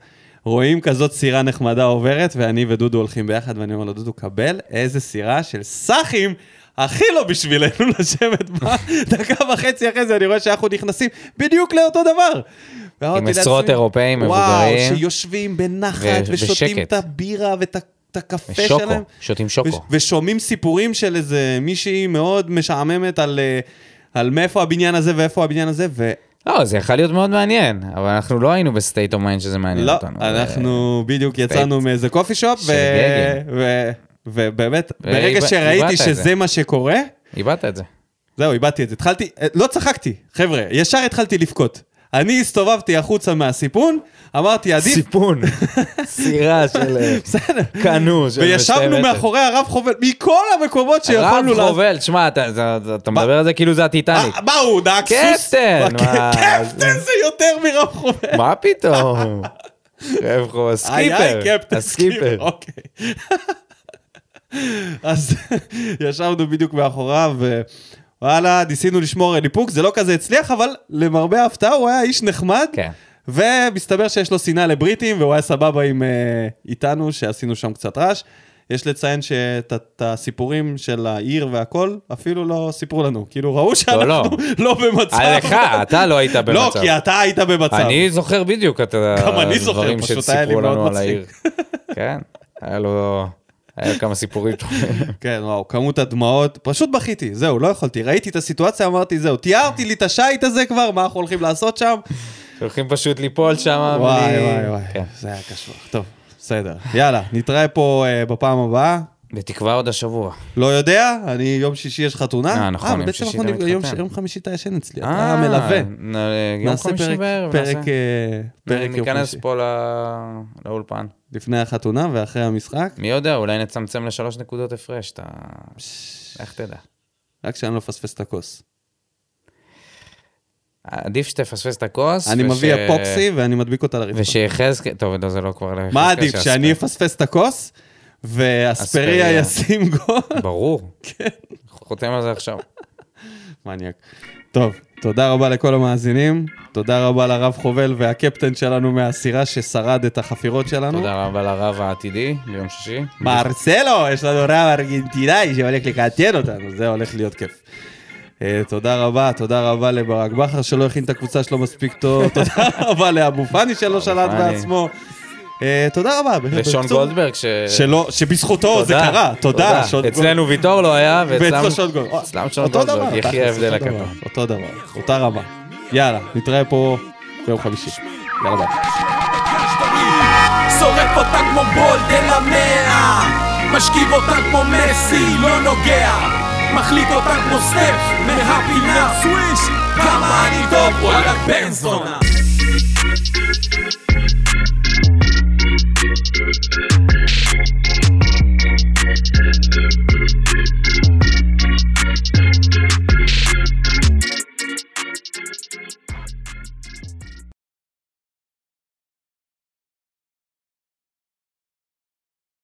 רואים כזאת סירה נחמדה עוברת, ואני ודודו הולכים ביחד, ואני אומר לו, דודו, קבל איזה סירה של סאחים, הכי לא בשבילנו לשבת בה. דקה וחצי אחרי זה אני רואה שאנחנו נכנסים בדיוק לאותו דבר. ואמרתי עשרות לעצמי, אירופאים וואו, מבוגרים. שיושבים בנחת ו- ושותים בשקט. את הבירה ואת ה- את הקפה שוקו, שלהם. שותים שוקו. וש- ושומעים סיפורים של איזה מישהי מאוד משעממת על, אה, על מאיפה הבניין הזה ואיפה הבניין הזה, ו... לא, זה יכול להיות מאוד מעניין, אבל אנחנו לא היינו בסטייט אוף מיינד שזה מעניין לא, אותנו. אה, אנחנו בדיוק יצאנו מאיזה קופי שופ, ו- של דגם. ו- ובאמת, ואיבד- ברגע אה, איבדת שראיתי את שזה זה. מה שקורה, איבדת את זה. זהו, איבדתי את זה. התחלתי, אה, לא צחקתי, חבר'ה, ישר התחלתי לבכות. אני הסתובבתי החוצה מהסיפון, אמרתי, עדיף... סיפון. סירה של... אה, בסדר. קנו. של שתי וישבנו מטר. מאחורי הרב חובל, מכל המקומות שיכולנו... רב לעשות. חובל, שמע, אתה- אתה אתה מדבר על זה כאילו זה הטיטניק. אה, מה הוא, נהג סוס? קפטן, מה, מה- קפטן זה יותר מרב חובל. מה פתאום? רב חובל, סקיפר. היה קפטן סקיפר, הסקיפר. אוקיי. אז ישבנו בדיוק מאחוריו, ווואלה, ניסינו לשמור על איפוק, זה לא כזה הצליח, אבל למרבה ההפתעה הוא היה איש נחמד. כן. ומסתבר שיש לו שנאה לבריטים, והוא היה סבבה עם, אה, איתנו, שעשינו שם קצת רעש. יש לציין שאת את הסיפורים של העיר והכל, אפילו לא סיפרו לנו. כאילו, ראו שאנחנו לא, לא. במצב. עליך, אתה לא היית לא, במצב. כי אתה היית במצב. אני זוכר בדיוק את גם אני זוכר, הדברים פשוט היה לי שסיפרו לנו מאוד על העיר. כן, היה לו... היה לו כמה סיפורים. כן, וואו, כמות הדמעות, פשוט בכיתי, זהו, לא יכולתי. ראיתי את הסיטואציה, אמרתי, זהו, תיארתי לי את השייט הזה כבר, מה אנחנו הולכים לעשות שם? הולכים פשוט ליפול שם. וואי, בלי- וואי, וואי, כן. זה היה קשוח. טוב, בסדר. יאללה, נתראה פה אה, בפעם הבאה. בתקווה עוד השבוע. לא יודע, אני יום שישי יש חתונה. אה, נכון, יום בעצם שישי אנחנו אתה נפ- יום מתחתן. ש- יום חמישי אתה ישן אצלי, אתה המלווה. אה, נ- יום נעשה חמישי פרק, בערב. פרק, נעשה. אה, פרק יום ניכנס חמישי. פה ל- לאולפן. לפני החתונה ואחרי המשחק, מי יודע, אולי נצמצם לשלוש נקודות הפרש, אתה... איך תדע? רק שאני לא מפספס את הכוס. עדיף שתפספס את הכוס. אני וש- מביא אפוקסי ואני מדביק אותה לרצפה. ושיחזקאל, טוב, לא, זה לא כבר... ליחזקאל, מה עדיף, שהספ- שאני אפספס את הכוס? ואספריה אספריה. ישים גול? ברור. כן. חותם על זה עכשיו. מניאק. טוב, תודה רבה לכל המאזינים, תודה רבה לרב חובל והקפטן שלנו מהסירה ששרד את החפירות שלנו. תודה רבה לרב העתידי ביום שישי. מרסלו, יש לנו רב ארגנטינאי שהולך לקעטיין אותנו, זה הולך להיות כיף. אה, תודה רבה, תודה רבה לברק בכר שלא הכין את הקבוצה שלו מספיק טוב, תודה רבה לאבו פאני שלא שלט פאני. בעצמו. אה, תודה רבה. לשון בקיצור, גולדברג, ש... שלא, שבזכותו זה תודה, קרה, תודה. שון גולד. אצלנו ויטור לא היה, ואצלו ואצלם שון גולד. אצלם שון אותו דבר, גולדברג, יחי תכלס, ההבדל אותו הקטן. דבר, אותו דבר, אותה רמה. יאללה, נתראה פה ביום חמישי. יאללה ביי. שורף אותה כמו בולדן המאה משכיב אותה כמו מסי, לא נוגע מחליט אותה כמו סטף מהפינה סוויש כמה אני טוב, וואלה בן זונה